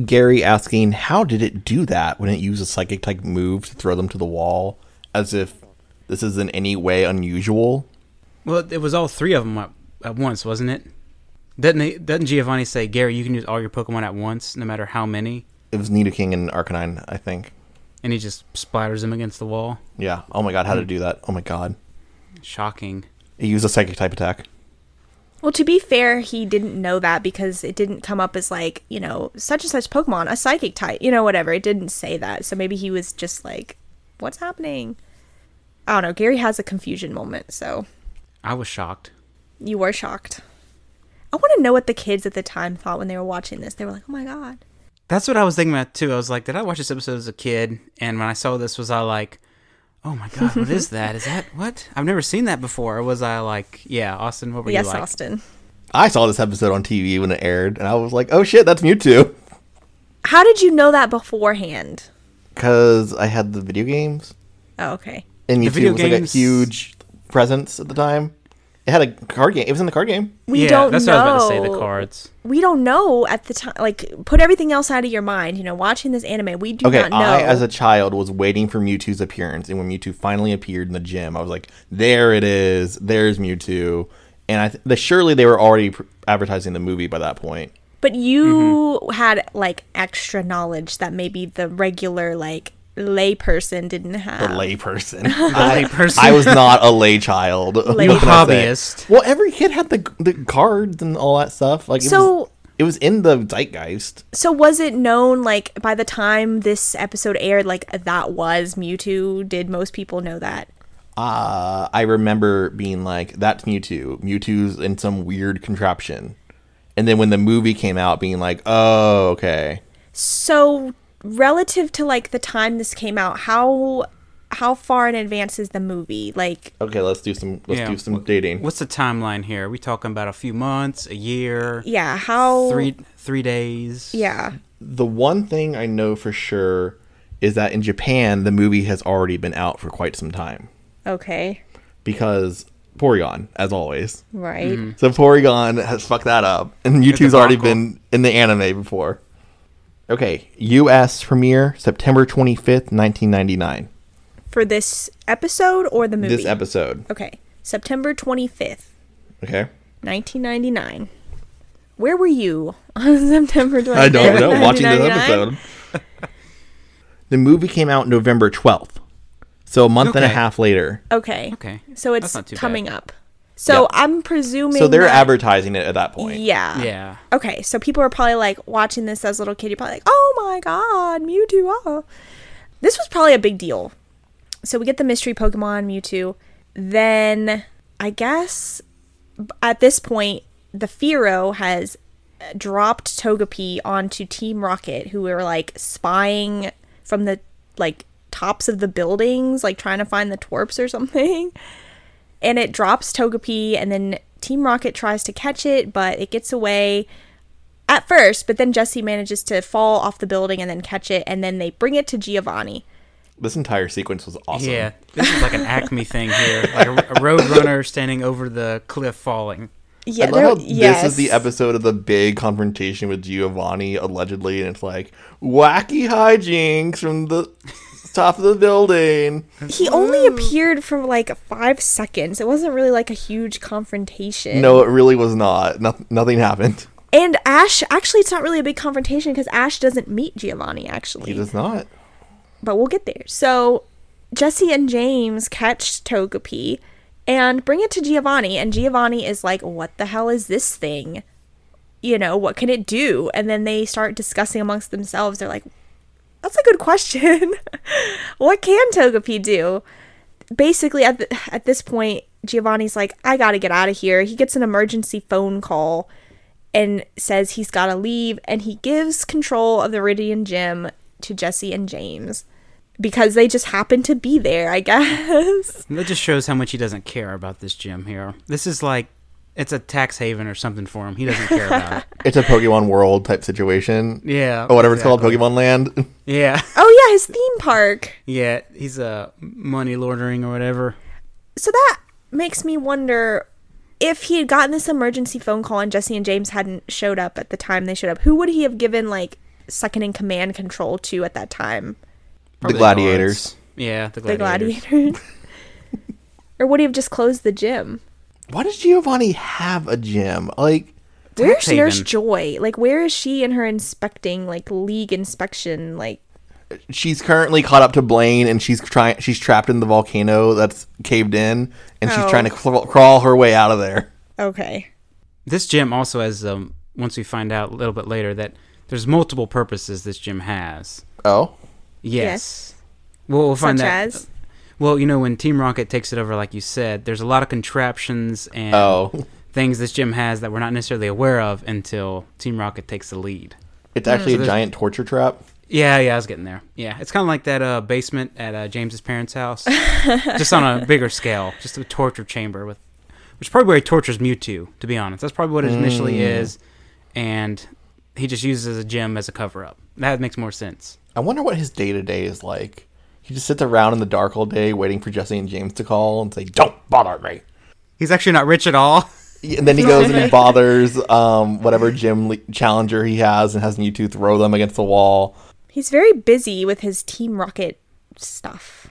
Gary asking, "How did it do that when it used a psychic type move to throw them to the wall, as if this is in any way unusual?" Well, it was all three of them at, at once, wasn't it? Doesn't, they, doesn't Giovanni say, Gary, you can use all your Pokemon at once, no matter how many? It was Nidoking and Arcanine, I think. And he just splatters him against the wall. Yeah. Oh my Hmm. god, how did it do that? Oh my god, Shocking. it used a psychic type attack. Well, to be fair, he didn't know that because it didn't come up as like, you know, such and such Pokemon, a psychic type, you know, whatever. It didn't say that. So maybe he was just like, what's happening? I don't know. Gary has a confusion moment. So I was shocked. you were shocked. I want to know what the kids at the time thought when they were watching this. They were like, oh my God. That's what I was thinking about, too. I was like, did I watch this episode as a kid? And when I saw this, was I like, oh my God, what is that? Is that what? I've never seen that before. Or was I like, yeah, Austin, what were yes, you like? Austin. I saw this episode on TV when it aired, and I was like, "Oh shit, that's Mewtwo," How did you know that beforehand? because I had the video games, Oh, okay. and Mewtwo video was like a games- huge presence at the time. It had a card game. It was in the card game. We yeah, don't that's know. what I was about to say, the cards. We don't know at the time. Like, put everything else out of your mind. You know, watching this anime, we do Okay, not know. I as a child was waiting for Mewtwo's appearance, and when Mewtwo finally appeared in the gym, I was like, "There it is! There's Mewtwo!" And I th- the, surely they were already pr- advertising the movie by that point. But you Mm-hmm. had like extra knowledge that maybe the regular like layperson didn't The have. lay person, I, layperson. I was not a lay child. Lay- What can I say? Hobbyist. Well, every kid had the the cards and all that stuff. Like it was, So- it was in the zeitgeist. so was it known like by the time this episode aired like that was Mewtwo? Did most people know that? Uh, I remember being like, "That's Mewtwo. Mewtwo's in some weird contraption." And then when the movie came out, being like, "Oh, okay." So relative to like the time this came out, how how far in advance is the movie? Like Okay, let's do some let's Yeah. do some dating. What's the timeline here? Are we talking about a few months, a year, yeah, how three three days? yeah. The one thing I know for sure is that in Japan the movie has already been out for quite some time Okay. because Porygon, as always. Right. So Porygon has fucked that up, and YouTube's already been in the anime before. Okay, U.S. premiere September twenty fifth, nineteen ninety nine. For this episode or the movie? This episode, Okay. September 25th. okay. 1999. Where were you on September 25th? I don't know. Watching this 1999? episode, the movie came out November twelfth, so a month and a Okay. half later. Okay. Okay. So it's That's not too bad. coming up. So Yeah. I'm presuming. So they're that- advertising it at that point. Yeah. Yeah. Okay. So people are probably like watching this as a little kid. You're probably like, oh my God, Mewtwo. Oh. This was probably a big deal. So we get the mystery Pokemon Mewtwo. Then I guess at this point, the Firo has uh, dropped Togepi onto Team Rocket, who were like spying from the like tops of the buildings, like trying to find the twerps or something. And it drops Togepi, and then Team Rocket tries to catch it, but it gets away at first. But then Jesse manages to fall off the building and then catch it, and then they bring it to Giovanni. This entire sequence was awesome. Yeah, this is like an Acme thing here, like a, a road runner standing over the cliff falling. Yeah, I they're- love how this is the yes. episode of the big confrontation with Giovanni, allegedly, and it's like wacky hijinks from the top of the building. He only appeared for like five seconds. It wasn't really like a huge confrontation. No, it really was not. No- nothing happened. And Ash, actually, it's not really a big confrontation because Ash doesn't meet Giovanni, actually. He does not. But we'll get there. So Jesse and James catch Togepi and bring it to Giovanni. And Giovanni is like, What the hell is this thing? You know, what can it do? And then they start discussing amongst themselves. They're like, That's a good question. what can Togepi do? Basically, at, the, at this point, Giovanni's like, I gotta get out of here. He gets an emergency phone call and says he's gotta leave. And he gives control of the Iridian Gym to Jesse and James because they just happen to be there, I guess. That just shows how much he doesn't care about this gym here. This is like it's a tax haven or something for him. He doesn't care about it. It's a Pokemon World type situation. Yeah, Or whatever exactly. it's called, Pokemon Land. Yeah, Oh yeah, his theme park. yeah. He's uh, money laundering or whatever. So that makes me wonder if he had gotten this emergency phone call and Jesse and James hadn't showed up at the time they showed up, who would he have given like second in command control to at that time? the gladiators. guards. Yeah, the The gladiators. gladiators. or would he have just closed the gym? Why does Giovanni have a gym? Like, Where's Tax Nurse Haven. Joy? Like where is she in her inspecting like league inspection like she's currently caught up to Blaine, and she's trying. She's trapped in the volcano that's caved in, and she's Oh. trying to crawl- crawl her way out of there. okay. This gym also has um. Once we find out a little bit later that there's multiple purposes this gym has. Oh, Yes. Well, we'll find Such that. as Well, you know when Team Rocket takes it over, like you said, there's a lot of contraptions and oh, things this gym has that we're not necessarily aware of until Team Rocket takes the lead. it's actually a there's- giant torture trap. Yeah, yeah, I was getting there. Yeah, it's kind of like that uh, basement at uh, James's parents' house, just on a bigger scale, just a torture chamber with, which is probably where he tortures Mewtwo. To be honest, that's probably what it initially is, and he just uses a gym as a cover up. That makes more sense. I wonder what his day to day is like. He just sits around in the dark all day, waiting for Jesse and James to call and say, "Don't bother me." He's actually not rich at all. And then he goes and he bothers um, whatever gym le- challenger he has and has Mewtwo throw them against the wall. He's very busy with his Team Rocket stuff.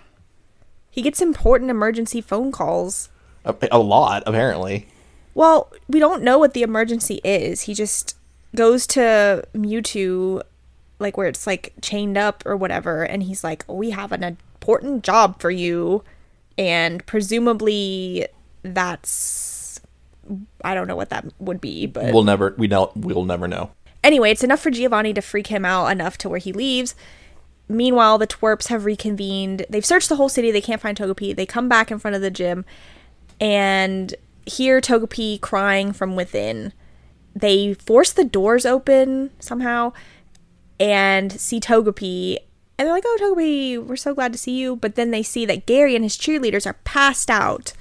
He gets important emergency phone calls. A, a lot, apparently. Well, we don't know what the emergency is. He just goes to Mewtwo, like where it's like chained up or whatever, and he's like, We have an important job for you. And presumably that's. I don't know what that would be, but. We'll never, we know, we'll never know. Anyway, it's enough for Giovanni to freak him out enough to where he leaves. Meanwhile, the twerps have reconvened. They've searched the whole city. They can't find Togepi. They come back in front of the gym and hear Togepi crying from within. They force the doors open somehow and see Togepi. And they're like, oh, Togepi, we're so glad to see you. But then they see that Gary and his cheerleaders are passed out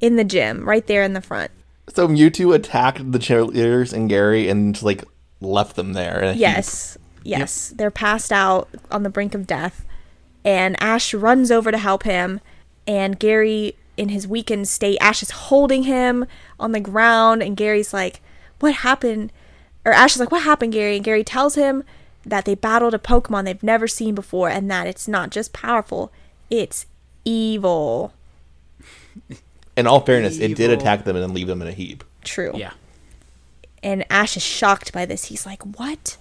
in the gym right there in the front. So Mewtwo attacked the cheerleaders and Gary and just, like left them there. in a heap. Yes. Yes. They're passed out on the brink of death. And Ash runs over to help him. And Gary, in his weakened state, Ash is holding him on the ground. And Gary's like, What happened? Or Ash is like, What happened, Gary? And Gary tells him that they battled a Pokemon they've never seen before and that it's not just powerful, it's evil. In all fairness, it did Evil. attack them and then leave them in a heap. True. Yeah, And Ash is shocked by this. He's like, "What?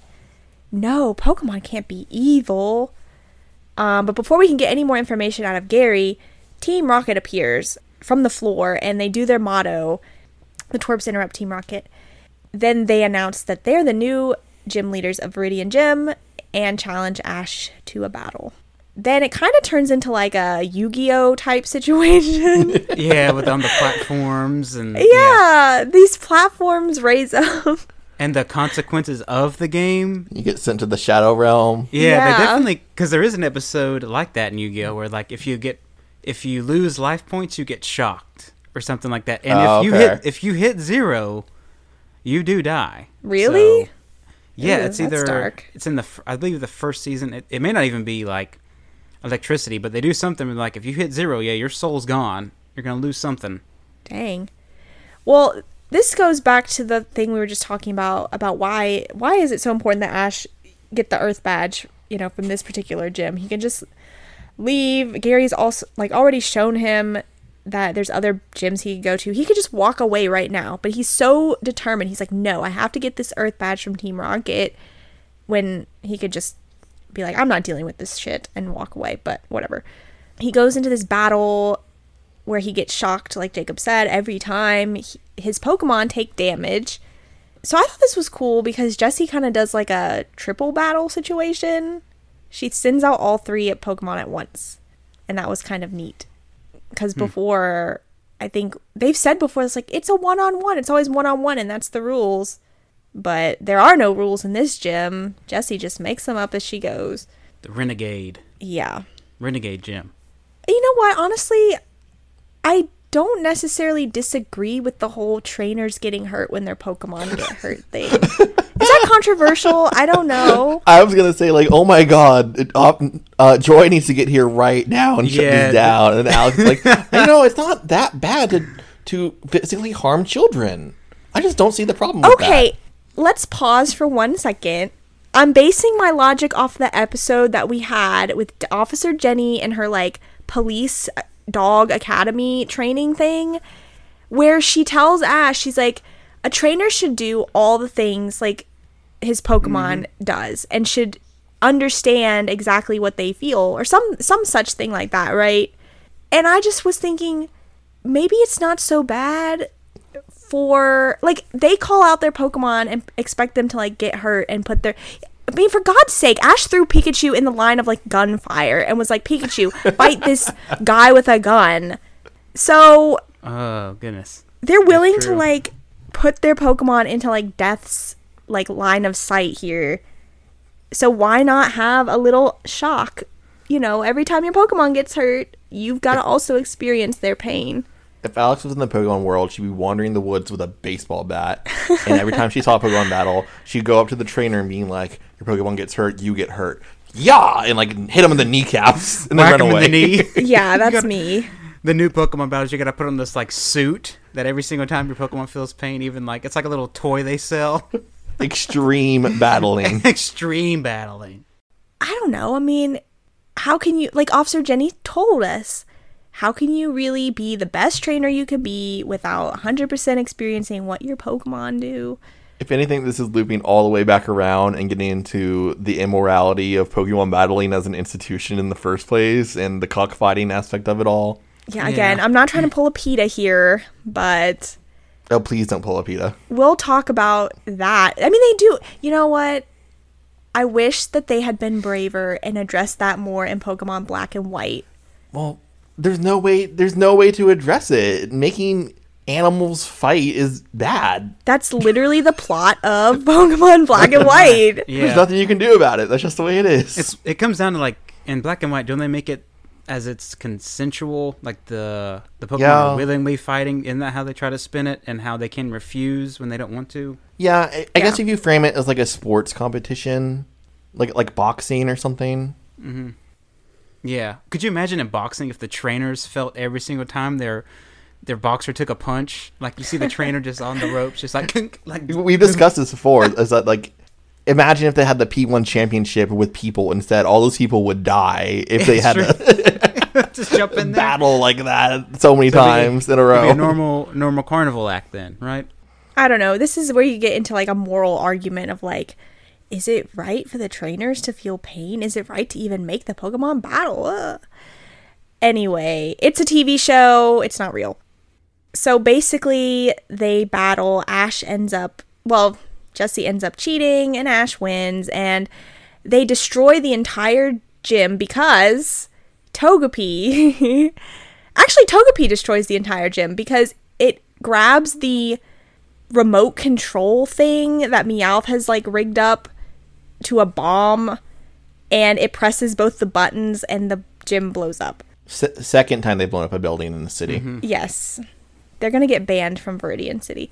No, Pokemon can't be evil." Um, but before we can get any more information out of Gary, Team Rocket appears from the floor and they do their motto. The twerps interrupt Team Rocket. Then they announce that they're the new gym leaders of Viridian Gym and challenge Ash to a battle. Then it kind of turns into like a Yu-Gi-Oh type situation. yeah, with on the platforms and yeah, these platforms raise up. and the consequences of the game. You get sent to the Shadow Realm. Yeah, Yeah. they definitely because there is an episode like that in Yu-Gi-Oh where like if you get if you lose life points, you get shocked or something like that. And Oh, if you okay. hit if you hit zero, you do die. Really? So, yeah, Ooh, it's that's either dark. it's in the f- I believe the first season. It, it may not even be like electricity, but they do something with, like if you hit zero, yeah, your soul's gone. You're gonna lose something. Dang. Well, this goes back to the thing we were just talking about about why why is it so important that Ash get the Earth badge, you know, from this particular gym. He can just leave. Gary's also like already shown him that there's other gyms he could go to. He could just walk away right now, but he's so determined. He's like, "No, I have to get this Earth badge from Team Rocket." When he could just be like, "I'm not dealing with this shit" and walk away, but whatever. He goes into this battle where he gets shocked, like Jacob said, every time he- his Pokemon take damage. So I thought this was cool because Jessie kind of does like a triple battle situation. She sends out all three at Pokemon at once, and that was kind of neat. Because before, I think they've said before, it's like it's a one on one. It's always one on one, and that's the rules. But there are no rules in this gym. Jessie just makes them up as she goes. The Renegade. Yeah. Renegade Gym. You know what? Honestly, I don't necessarily disagree with the whole trainers getting hurt when their Pokemon get hurt thing. Is that controversial? I don't know. I was gonna say like, oh my god, it- uh, uh, Joy needs to get here right now and shut Yeah. this down. And Alex is like, I know it's not that bad to to physically harm children. I just don't see the problem. With Okay, that. let's pause for one second. I'm basing my logic off the episode that we had with D- Officer Jenny and her like police uh, dog academy training thing, where she tells Ash, she's like, a trainer should do all the things like his Pokemon does and should understand exactly what they feel or some some such thing like that, right? And I just was thinking maybe it's not so bad for like they call out their Pokemon and expect them to like get hurt and put their. I mean, for God's sake, Ash threw Pikachu in the line of like gunfire and was like, "Pikachu, fight this guy with a gun." So Oh goodness. they're willing to true. like put their Pokemon into like death's like line of sight here. So why not have a little shock? You know, every time your Pokemon gets hurt, you've got to also experience their pain. If Alex was in the Pokemon world, she'd be wandering the woods with a baseball bat, and every time she saw a Pokemon battle, she'd go up to the trainer and being like, "Your Pokemon gets hurt, you get hurt." Yeah, and like hit him in the kneecaps and then Whack run him away. in the knee. Yeah, that's me. the new Pokemon battles, you gotta put on this like suit that every single time your Pokemon feels pain, even like it's like a little toy they sell. Extreme battling. Extreme battling. I don't know. I mean, how can you, like Officer Jenny told us, how can you really be the best trainer you could be without 100% experiencing what your Pokemon do? If anything, this is looping all the way back around and getting into the immorality of Pokemon battling as an institution in the first place and the cockfighting aspect of it all. Yeah, again, I'm not trying to pull a PETA here, but Oh, please don't pull up PETA. we'll talk about that. I mean, they do. You know what? I wish that they had been braver and addressed that more in Pokemon Black and White. Well, there's no way. There's no way to address it. Making animals fight is bad. That's literally the plot of Pokemon Black and White. Yeah. There's nothing you can do about it. That's just the way it is. It's it comes down to like in black and white. Don't they make it as it's consensual, like the the Pokemon Yeah. are willingly fighting? Isn't that how they try to spin it, and how they can refuse when they don't want to? yeah, I, I guess Yeah. if you frame it as like a sports competition, like like boxing or something. Yeah. Could you imagine in boxing if the trainers felt every single time their their boxer took a punch? Like you see the trainer just on the ropes, just like like We've discussed this before. Is that like, imagine if they had the P1 championship with people instead? All those people would die if they had a just jump in there. battle like that so many times in a It'd be row. a normal normal carnival act then, right? I don't know. This is where you get into like a moral argument of like, is it right for the trainers to feel pain? Is it right to even make the Pokemon battle? Ugh. Anyway, it's a TV show, it's not real. So basically, they battle. Ash ends up, well, Jesse ends up cheating and Ash wins, and they destroy the entire gym because Togepi. Actually, Togepi destroys the entire gym because it grabs the remote control thing that Meowth has like rigged up to a bomb and it presses both the buttons and the gym blows up. Se- second time they've blown up a building in the city. Mm-hmm. Yes. They're going to get banned from Viridian City.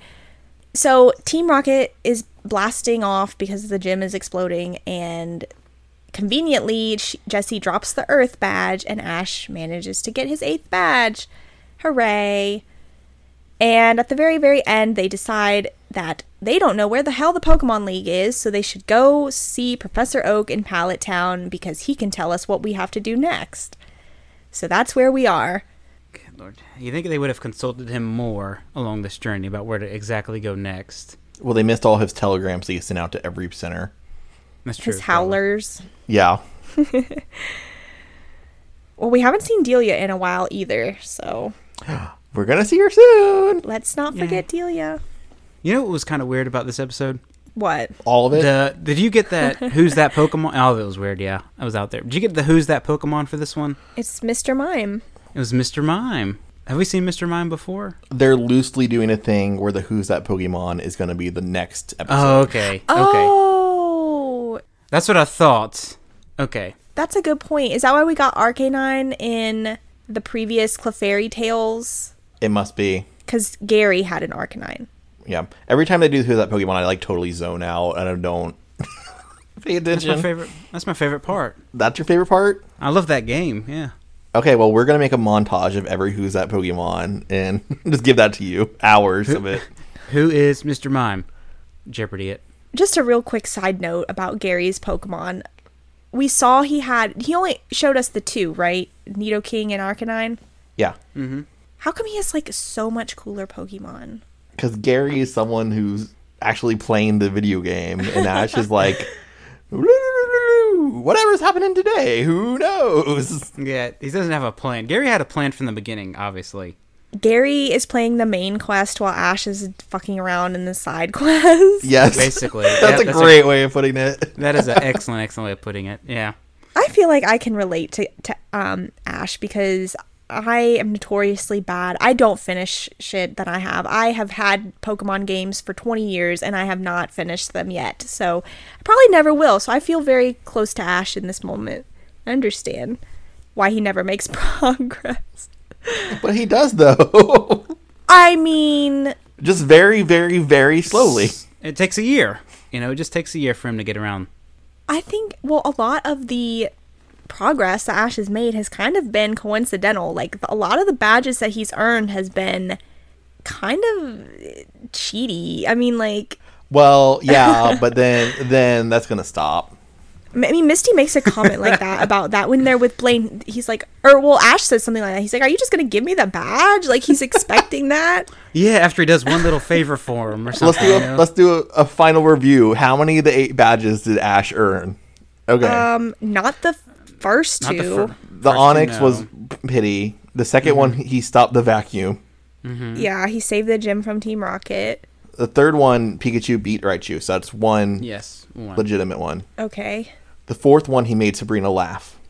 So, Team Rocket is blasting off because the gym is exploding and conveniently she- Jesse drops the Earth badge and Ash manages to get his 8th badge. Hooray. And at the very very end they decide that they don't know where the hell the Pokemon League is, so they should go see Professor Oak in Pallet Town because he can tell us what we have to do next. So that's where we are. Good lord. You think they would have consulted him more along this journey about where to exactly go next? Well, they missed all his telegrams that he sent out to every center. That's true. His probably. howlers. Yeah. Well, we haven't seen Delia in a while either, so We're gonna see her soon. Let's not forget Delia. You know what was kind of weird about this episode? What? All of it. The did you get that who's that Pokemon? Oh, that was weird. Yeah, I was out there. Did you get the who's that Pokemon for this one? It's Mr. Mime. It was Mr. Mime. Have we seen Mr. Mime before? They're loosely doing a thing where the Who's That Pokemon is gonna be the next episode. Oh, okay. Okay. Oh, That's what I thought. Okay. that's a good point. Is that why we got Arcanine in the previous Clefairy Tales? It must be. Because Gary had an Arcanine. Yeah. Every time they do Who's That Pokemon, I like totally zone out and I don't pay That's my attention. favorite. That's my favorite part. That's your favorite part. I love that game. Yeah. Okay, well, we're gonna make a montage of every Who's That Pokemon and just give that to you. Hours of it. Who is Mr. Mime? Jeopardy it. Just a real quick side note about Gary's Pokemon. We saw he had, he only showed us the two, right? Nidoking and Arcanine. Yeah, How come he has like so much cooler Pokemon? because Gary is someone who's actually playing the video game, and Ash is like, whatever's happening today, who knows? Yeah, he doesn't have a plan. Gary had a plan from the beginning, obviously. Gary is playing the main quest while Ash is fucking around in the side quest. Yes, Basically. that's Yep, a great way of putting it. that is an excellent, excellent way of putting it. Yeah. I feel like I can relate to, to um, Ash because I am notoriously bad. I don't finish shit that I have. I have had Pokemon games for 20 years and I have not finished them yet. So I probably never will. So I feel very close to Ash in this moment. I understand why he never makes progress. But he does though, I mean, just very, very, very slowly. It takes a year. You know, it just takes a year for him to get around. I think well a lot of the progress that Ash has made has kind of been coincidental. Like a lot of the badges that he's earned has been kind of eh, cheaty. I mean like Well, yeah, but then then that's gonna stop. I mean Misty makes a comment like that about that when they're with Blaine. He's like or well Ash says something like that. He's like are you just going to give me the badge? Like he's expecting that. Yeah, after he does one little favor for him or Let's something. do you know? a, let's do a, a final review. How many of the eight badges did Ash earn? Okay, Um not the first Not two. the fir- first the two, Onyx no. was pity. The 2nd one, he stopped the vacuum. hmm. Yeah, he saved the gym from Team Rocket. The third one, Pikachu beat Raichu, so that's one Yes. One. legitimate one. Okay. The fourth one, he made Sabrina laugh.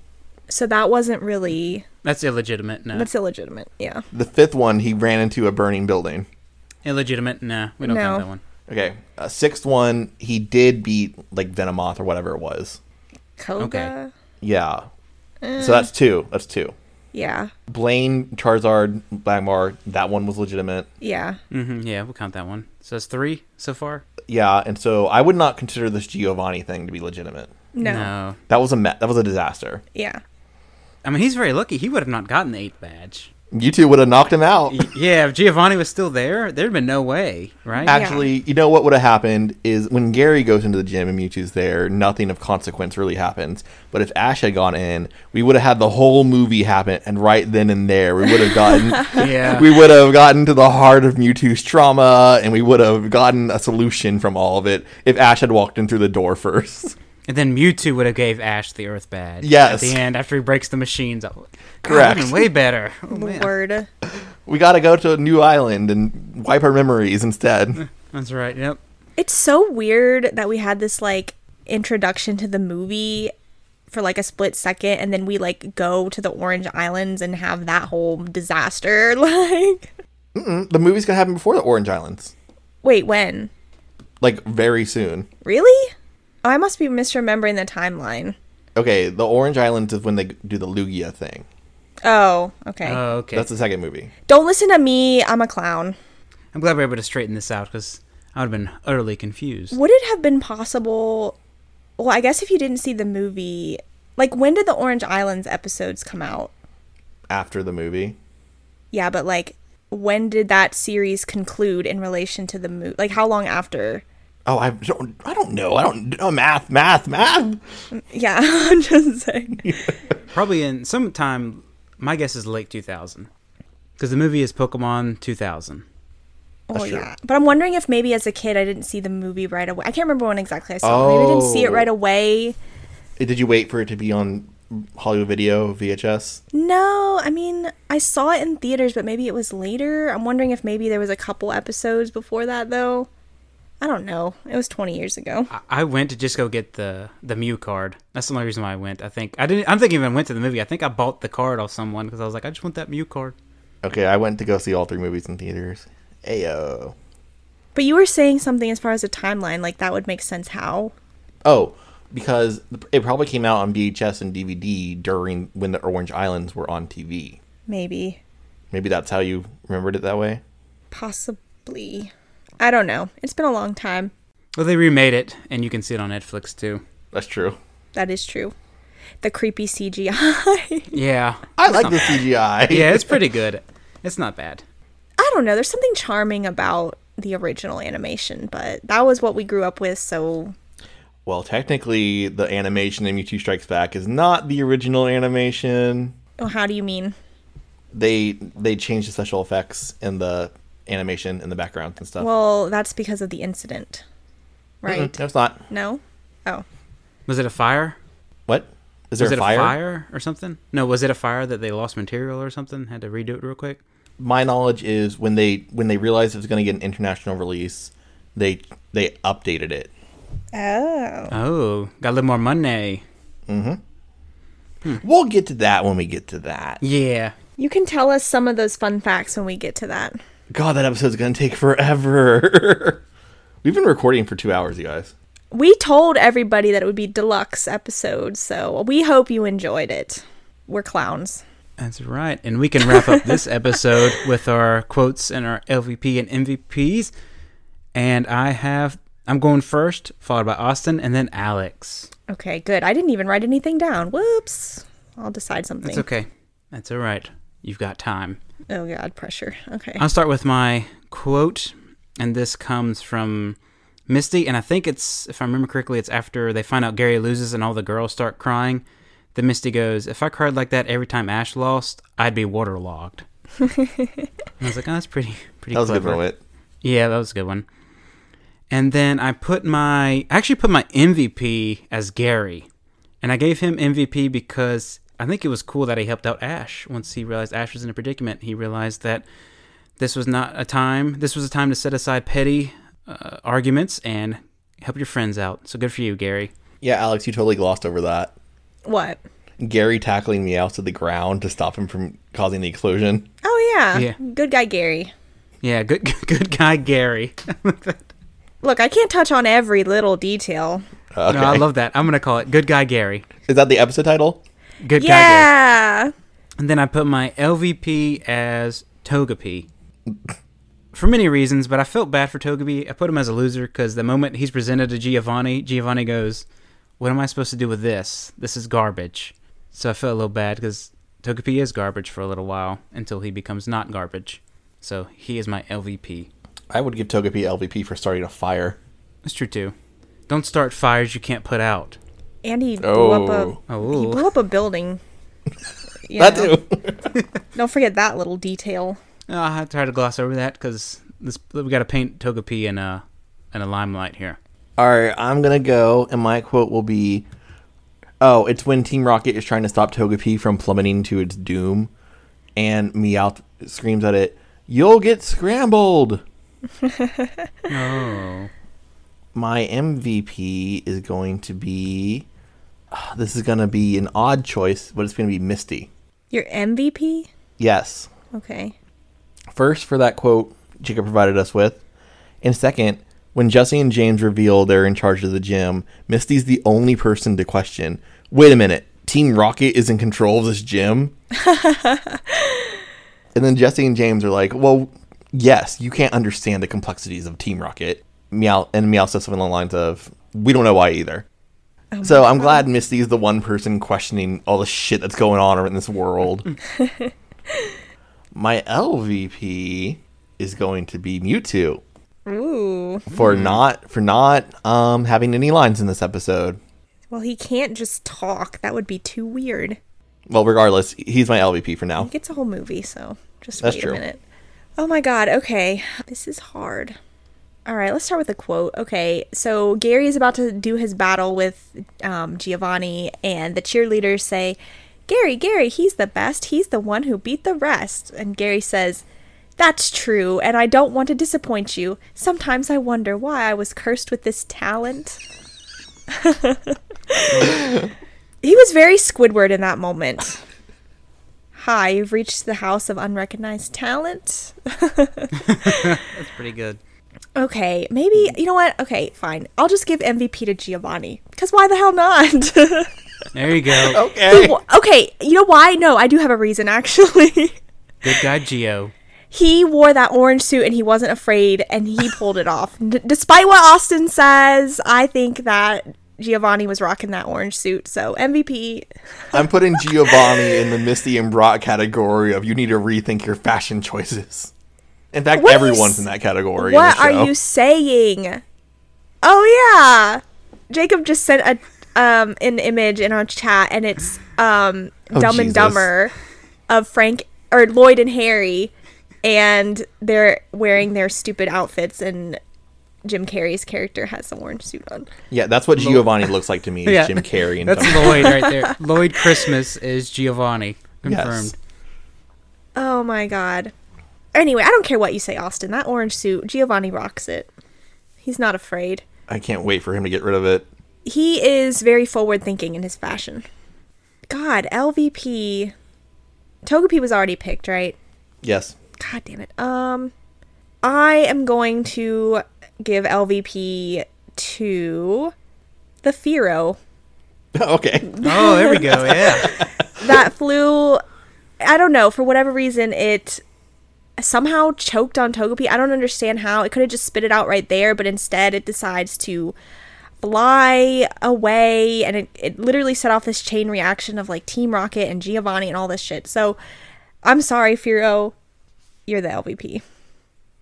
So that wasn't really That's illegitimate. No. that's illegitimate. Yeah. The fifth one, he ran into a burning building. illegitimate. Nah, we don't No. count that one. Okay. Uh, sixth one, he did beat like Venomoth or whatever it was. Koga. Okay. Yeah. So that's two. That's two. Yeah. Blaine, Charizard, Magmar, that one was legitimate. Yeah. hmm yeah, we'll count that one. So that's three so far. Yeah, and so I would not consider this Giovanni thing to be legitimate. No. no. That was a me- that was a disaster. Yeah. I mean, he's very lucky. He would have not gotten the eighth badge. You two would have knocked him out. Yeah, if Giovanni was still there, there'd been no way, right? Actually, you know what would have happened is when Gary goes into the gym and Mewtwo's there, nothing of consequence really happens. But if Ash had gone in, we would have had the whole movie happen, and right then and there, we would have gotten yeah. we would have gotten to the heart of Mewtwo's trauma, and we would have gotten a solution from all of it if Ash had walked in through the door first. and then Mewtwo would have gave Ash the Earth badge. Yes. At the end, after he breaks the machines. God, that'd Correct. been way better. Oh, man. Word. We got to go to a new island and wipe our memories instead. That's right. Yep. It's so weird that we had this like introduction to the movie for like a split second and then we like go to the Orange Islands and have that whole disaster. Like The movie's gonna happen before the Orange Islands, wait, when? like very soon. Really? Oh, I must be misremembering the timeline. Okay, the Orange Islands is when they do the Lugia thing. Oh, okay. Oh, okay. That's the second movie. Don't listen to me. I'm a clown. I'm glad we are able to straighten this out because I would have been utterly confused. Would it have been possible? Well, I guess if you didn't see the movie, like when did the Orange Islands episodes come out? after the movie. Yeah, but like when did that series conclude in relation to the movie? Like how long after? Oh, I don't, I don't know. I don't know math, math, math. Yeah, I'm just saying. Probably in sometime, my guess is late 2000. Because the movie is Pokemon 2000. Oh true. yeah. But I'm wondering if maybe as a kid I didn't see the movie right away. I can't remember when exactly I saw it. Maybe I didn't see it Oh. right away. Did you wait for it to be on Hollywood Video VHS? No, I mean, I saw it in theaters, but maybe it was later. I'm wondering if maybe there was a couple episodes before that, though. I don't know. It was 20 years ago. I- I went to just go get the the Mew card. That's the only reason why I went. I think I didn't. I don't think I even went to the movie. I think I bought the card off someone because I was like, I just want that Mew card. Okay, I went to go see all three movies in theaters. Ayo. But you were saying something as far as a timeline, like that would make sense how. Oh, because it probably came out on VHS and DVD during when the Orange Islands were on TV. Maybe. Maybe that's how you remembered it that way. Possibly. I don't know. It's been a long time. Well, they remade it, and you can see it on Netflix too. That's true. That is true. The creepy CGI. Yeah, I like the CGI. yeah, it's pretty good. It's not bad. I don't know. There's something charming about the original animation, but that was what we grew up with, so Well, technically, the animation in Mewtwo Strikes Back is not the original animation. oh, how do you mean? They they changed the special effects and the animation in the background and stuff. Well, that's because of the incident. Right? no, it's not. No? Oh. Was it a fire? What is there was a it fire? a fire or something? No, was it a fire that they lost material or something? Had to redo it real quick. My knowledge is when they when they realized it was going to get an international release, they they updated it. Oh. Oh, got a little more money. We'll get to that when we get to that. Yeah, You can tell us some of those fun facts when we get to that. God, that episode's gonna take forever. We've been recording for two hours, you guys. We told everybody that it would be deluxe episode, so we hope you enjoyed it. We're clowns. that's right. And we can wrap up this episode with our quotes and our LVP and MVPs. And I have I'm going first, followed by Austin, and then Alex. Okay, good. I didn't even write anything down. Whoops. I'll decide something. It's okay. That's all right. You've got time. Oh god, pressure. Okay. I'll start with my quote, and this comes from Misty, and I think it's, if I remember correctly, it's after they find out Gary loses and all the girls start crying. Then Misty goes, "If I cried like that every time Ash lost, I'd be waterlogged." And I was like, "Oh, that's pretty, pretty." That was a good clever. moment. Yeah, that was a good one. And then I put my I actually put my MVP as Gary. And I gave him MVP because I think it was cool that he helped out Ash once he realized Ash was in a predicament. He realized that this was not a time, this was a time to set aside petty uh, arguments and help your friends out. So good for you, Gary. Yeah, Alex, you totally glossed over that. what? Gary tackling Meow to the ground to stop him from causing the explosion. Oh yeah. Yeah. Good guy Gary. Yeah, good good guy Gary. Look, I can't touch on every little detail. Okay. No, I love that. I'm going to call it good guy Gary. Is that the episode title? Good guy Gary. Yeah. And then I put my LVP as Togepi. For many reasons, but I felt bad for Togepi. I put him as a loser because the moment he's presented to Giovanni, Giovanni goes, What am I supposed to do with this? This is garbage. So I felt a little bad because Togepi is garbage for a little while until he becomes not garbage. So he is my LVP. I would give Togepi LVP for starting a fire. That's true too. Don't start fires you can't put out. And he blew up a Oh. he blew up a building. You That know. too. Don't forget that little detail. Uh, I tried to gloss over that because we got to paint Togepi in a, in a limelight here. All right, I'm gonna go, and my quote will be, "Oh, it's when Team Rocket is trying to stop Togepi from plummeting to its doom, and Meowth screams at it, "You'll get scrambled." Oh. My MVP is going to be. ah, This is gonna be an odd choice, but it's gonna be Misty. Your MVP? Yes, Okay. First, for that quote Jacob provided us with. And second, when Jesse and James reveal they're in charge of the gym, Misty's the only person to question wait a minute, Team Rocket is in control of this gym? and then Jesse and James are like, well, yes, you can't understand the complexities of Team Rocket. Meow, and Meow says something along the lines of, we don't know why either. so I'm glad Misty is the one person questioning all the shit that's going on in this world. My LVP is going to be Mewtwo Ooh. for not for not um having any lines in this episode. Well, he can't just talk. That would be too weird. Well, regardless, he's my LVP for now. He gets a whole movie, so just That's wait true. a minute. Oh my god, okay. This is hard. All right, let's start with a quote. Okay, so Gary is about to do his battle with um, Giovanni, and the cheerleaders say, Gary, Gary, he's the best. He's the one who beat the rest. And Gary says, That's true, and I don't want to disappoint you. Sometimes I wonder why I was cursed with this talent. he was very Squidward in that moment. Hi, you've reached the house of unrecognized talent. That's pretty good. Okay, maybe you know what? Okay, fine. I'll just give MVP to Giovanni because why the hell not? There you Oh, go. Okay. okay, you know why? No, I do have a reason actually. Good guy, Geo. he wore that orange suit and he wasn't afraid, and he pulled it off. D- despite what Austin says, I think that Giovanni was rocking that orange suit. So MVP. I'm putting Giovanni in the Misty and Brock category of you need to rethink your fashion choices. In fact, What are you everyone's s- in that category. in What the show. are you saying? Oh yeah, Jacob just sent a um an image in our chat, and it's um Dumb and Jesus. Dumber of Frank or Lloyd and Harry, and they're wearing their stupid outfits, and Jim Carrey's character has an orange suit on. Yeah, that's what Giovanni looks like to me. is Yeah. Jim Carrey and That's Dumb- Lloyd right there. Lloyd Christmas is Giovanni. Confirmed. Oh my god. Anyway, I don't care what you say, Austin. That orange suit, Giovanni rocks it. He's not afraid. I can't wait for him to get rid of it. he is very forward thinking in his fashion. God, LVP. Togepi was already picked, right? Yes. God damn it. Um, I am going to give LVP to the Firo okay. Oh, there we go. Yeah. that flew. I don't know for whatever reason it somehow choked on Togepi. I don't understand how it could have just spit it out right there, but instead it decides to fly away and it, it literally set off this chain reaction of like Team Rocket and Giovanni and all this shit. So I'm sorry, Firo, you're the LVP.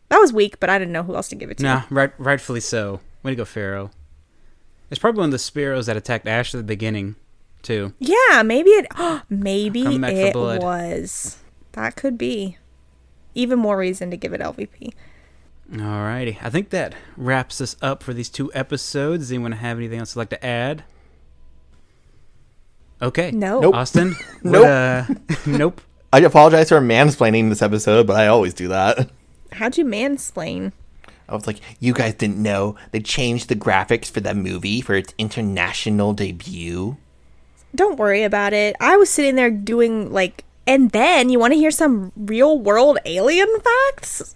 That was weak, but I didn't know who else to give it to. Nah, right, rightfully so. Way to go, Pharaoh. It's probably one of the Spiros that attacked Ash at the beginning, too. Yeah, maybe it maybe Come back for it blood. was. That could be. Even more reason to give it LVP. Alrighty. I think that wraps us up for these two episodes. Anyone have anything else they'd like to add? Okay. No. Nope. Austin? Nope. What, uh, nope. I apologize for mansplaining this episode, but I always do that. How'd you mansplain? I was like, you guys didn't know they changed the graphics for that movie for its international debut. Don't worry about it. I was sitting there doing like and then you want to hear some real world alien facts?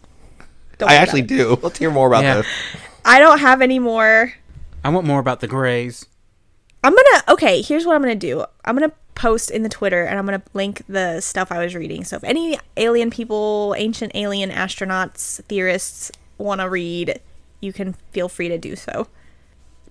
Don't I worry actually about do. Let's hear more about Yeah. this. it. I don't have any more. I want more about the Greys. I'm gonna okay, here's what I'm gonna do. I'm gonna post in the Twitter and I'm gonna link the stuff I was reading. So if any alien people, ancient alien astronauts, theorists wanna read, you can feel free to do so.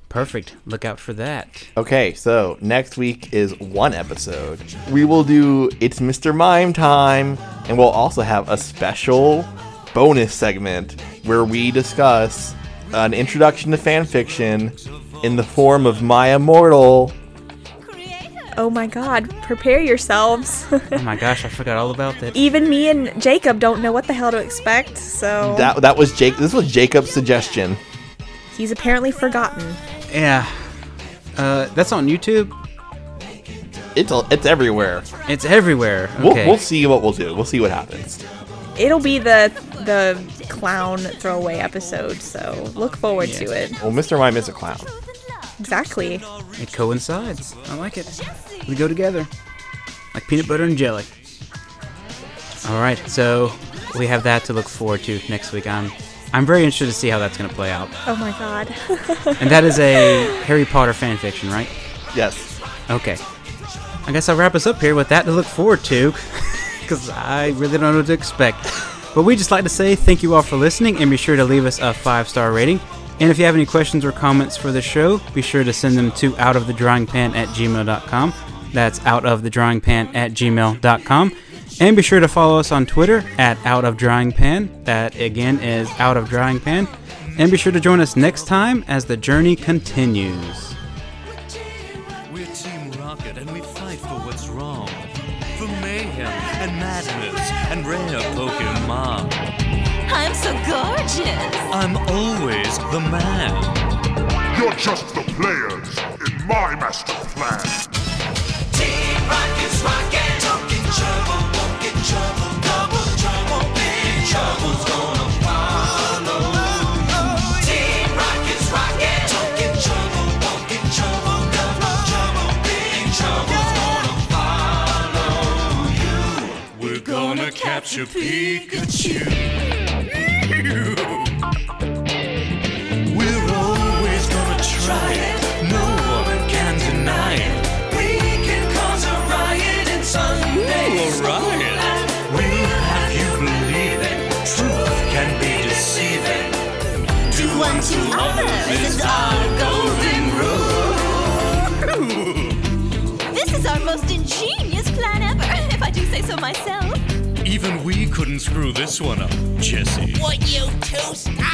Perfect. Look out for that. Okay, so next week is one episode. We will do It's Mr. Mime Time, and we'll also have a special bonus segment where we discuss an introduction to fan fiction in the form of My Immortal. Oh my god, prepare yourselves. Oh my gosh, I forgot all about that. Even me and Jacob don't know what the hell to expect, so That, that was Jake. This was Jacob's suggestion. he's apparently forgotten. Yeah. Uh, that's on YouTube. It's all, it's everywhere. It's everywhere. We'll, Okay. we'll see what we'll do. We'll see what happens. It'll be the the clown throwaway episode, so look forward to it. Well, Mr. Mime is a clown. Exactly. It coincides. I like it. We go together. Like peanut butter and jelly. All right, so we have that to look forward to next week. I'm, I'm very interested to see how that's going to play out. Oh my god. And that is a Harry Potter fan fiction, right? Yes. Okay. I guess I'll wrap us up here with that to look forward to, because I really don't know what to expect. But we just like to say thank you all for listening, and be sure to leave us a five star rating. And if you have any questions or comments for the show, be sure to send them to outofthedrawingpan at gmail.com. That's outofthedrawingpan at gmail.com. And be sure to follow us on Twitter at outofdrawingpan. That again is outofdrawingpan. And be sure to join us next time as the journey continues. We're Team Rocket and we fight for what's wrong. For mayhem and madness and rare Pokemon. I'm so gorgeous. I'm always the man. You're just the players in my master plan. Team Rocket's rockin'. Talking trouble, walking trouble, double trouble, big trouble's gonna follow. Team Rocket's rockin'. Talking trouble, walking trouble, double trouble, big trouble's gonna follow you. We're gonna capture Pikachu. We're always gonna try it. No one can deny it. We can cause a riot in Sunday Ooh, a school, riot. and We'll have you believe it. Truth can be deceiving. Do unto others is our golden rule. This is our most ingenious plan ever, if I do say so myself. Even we couldn't screw this one up, Jesse. Would you two stop?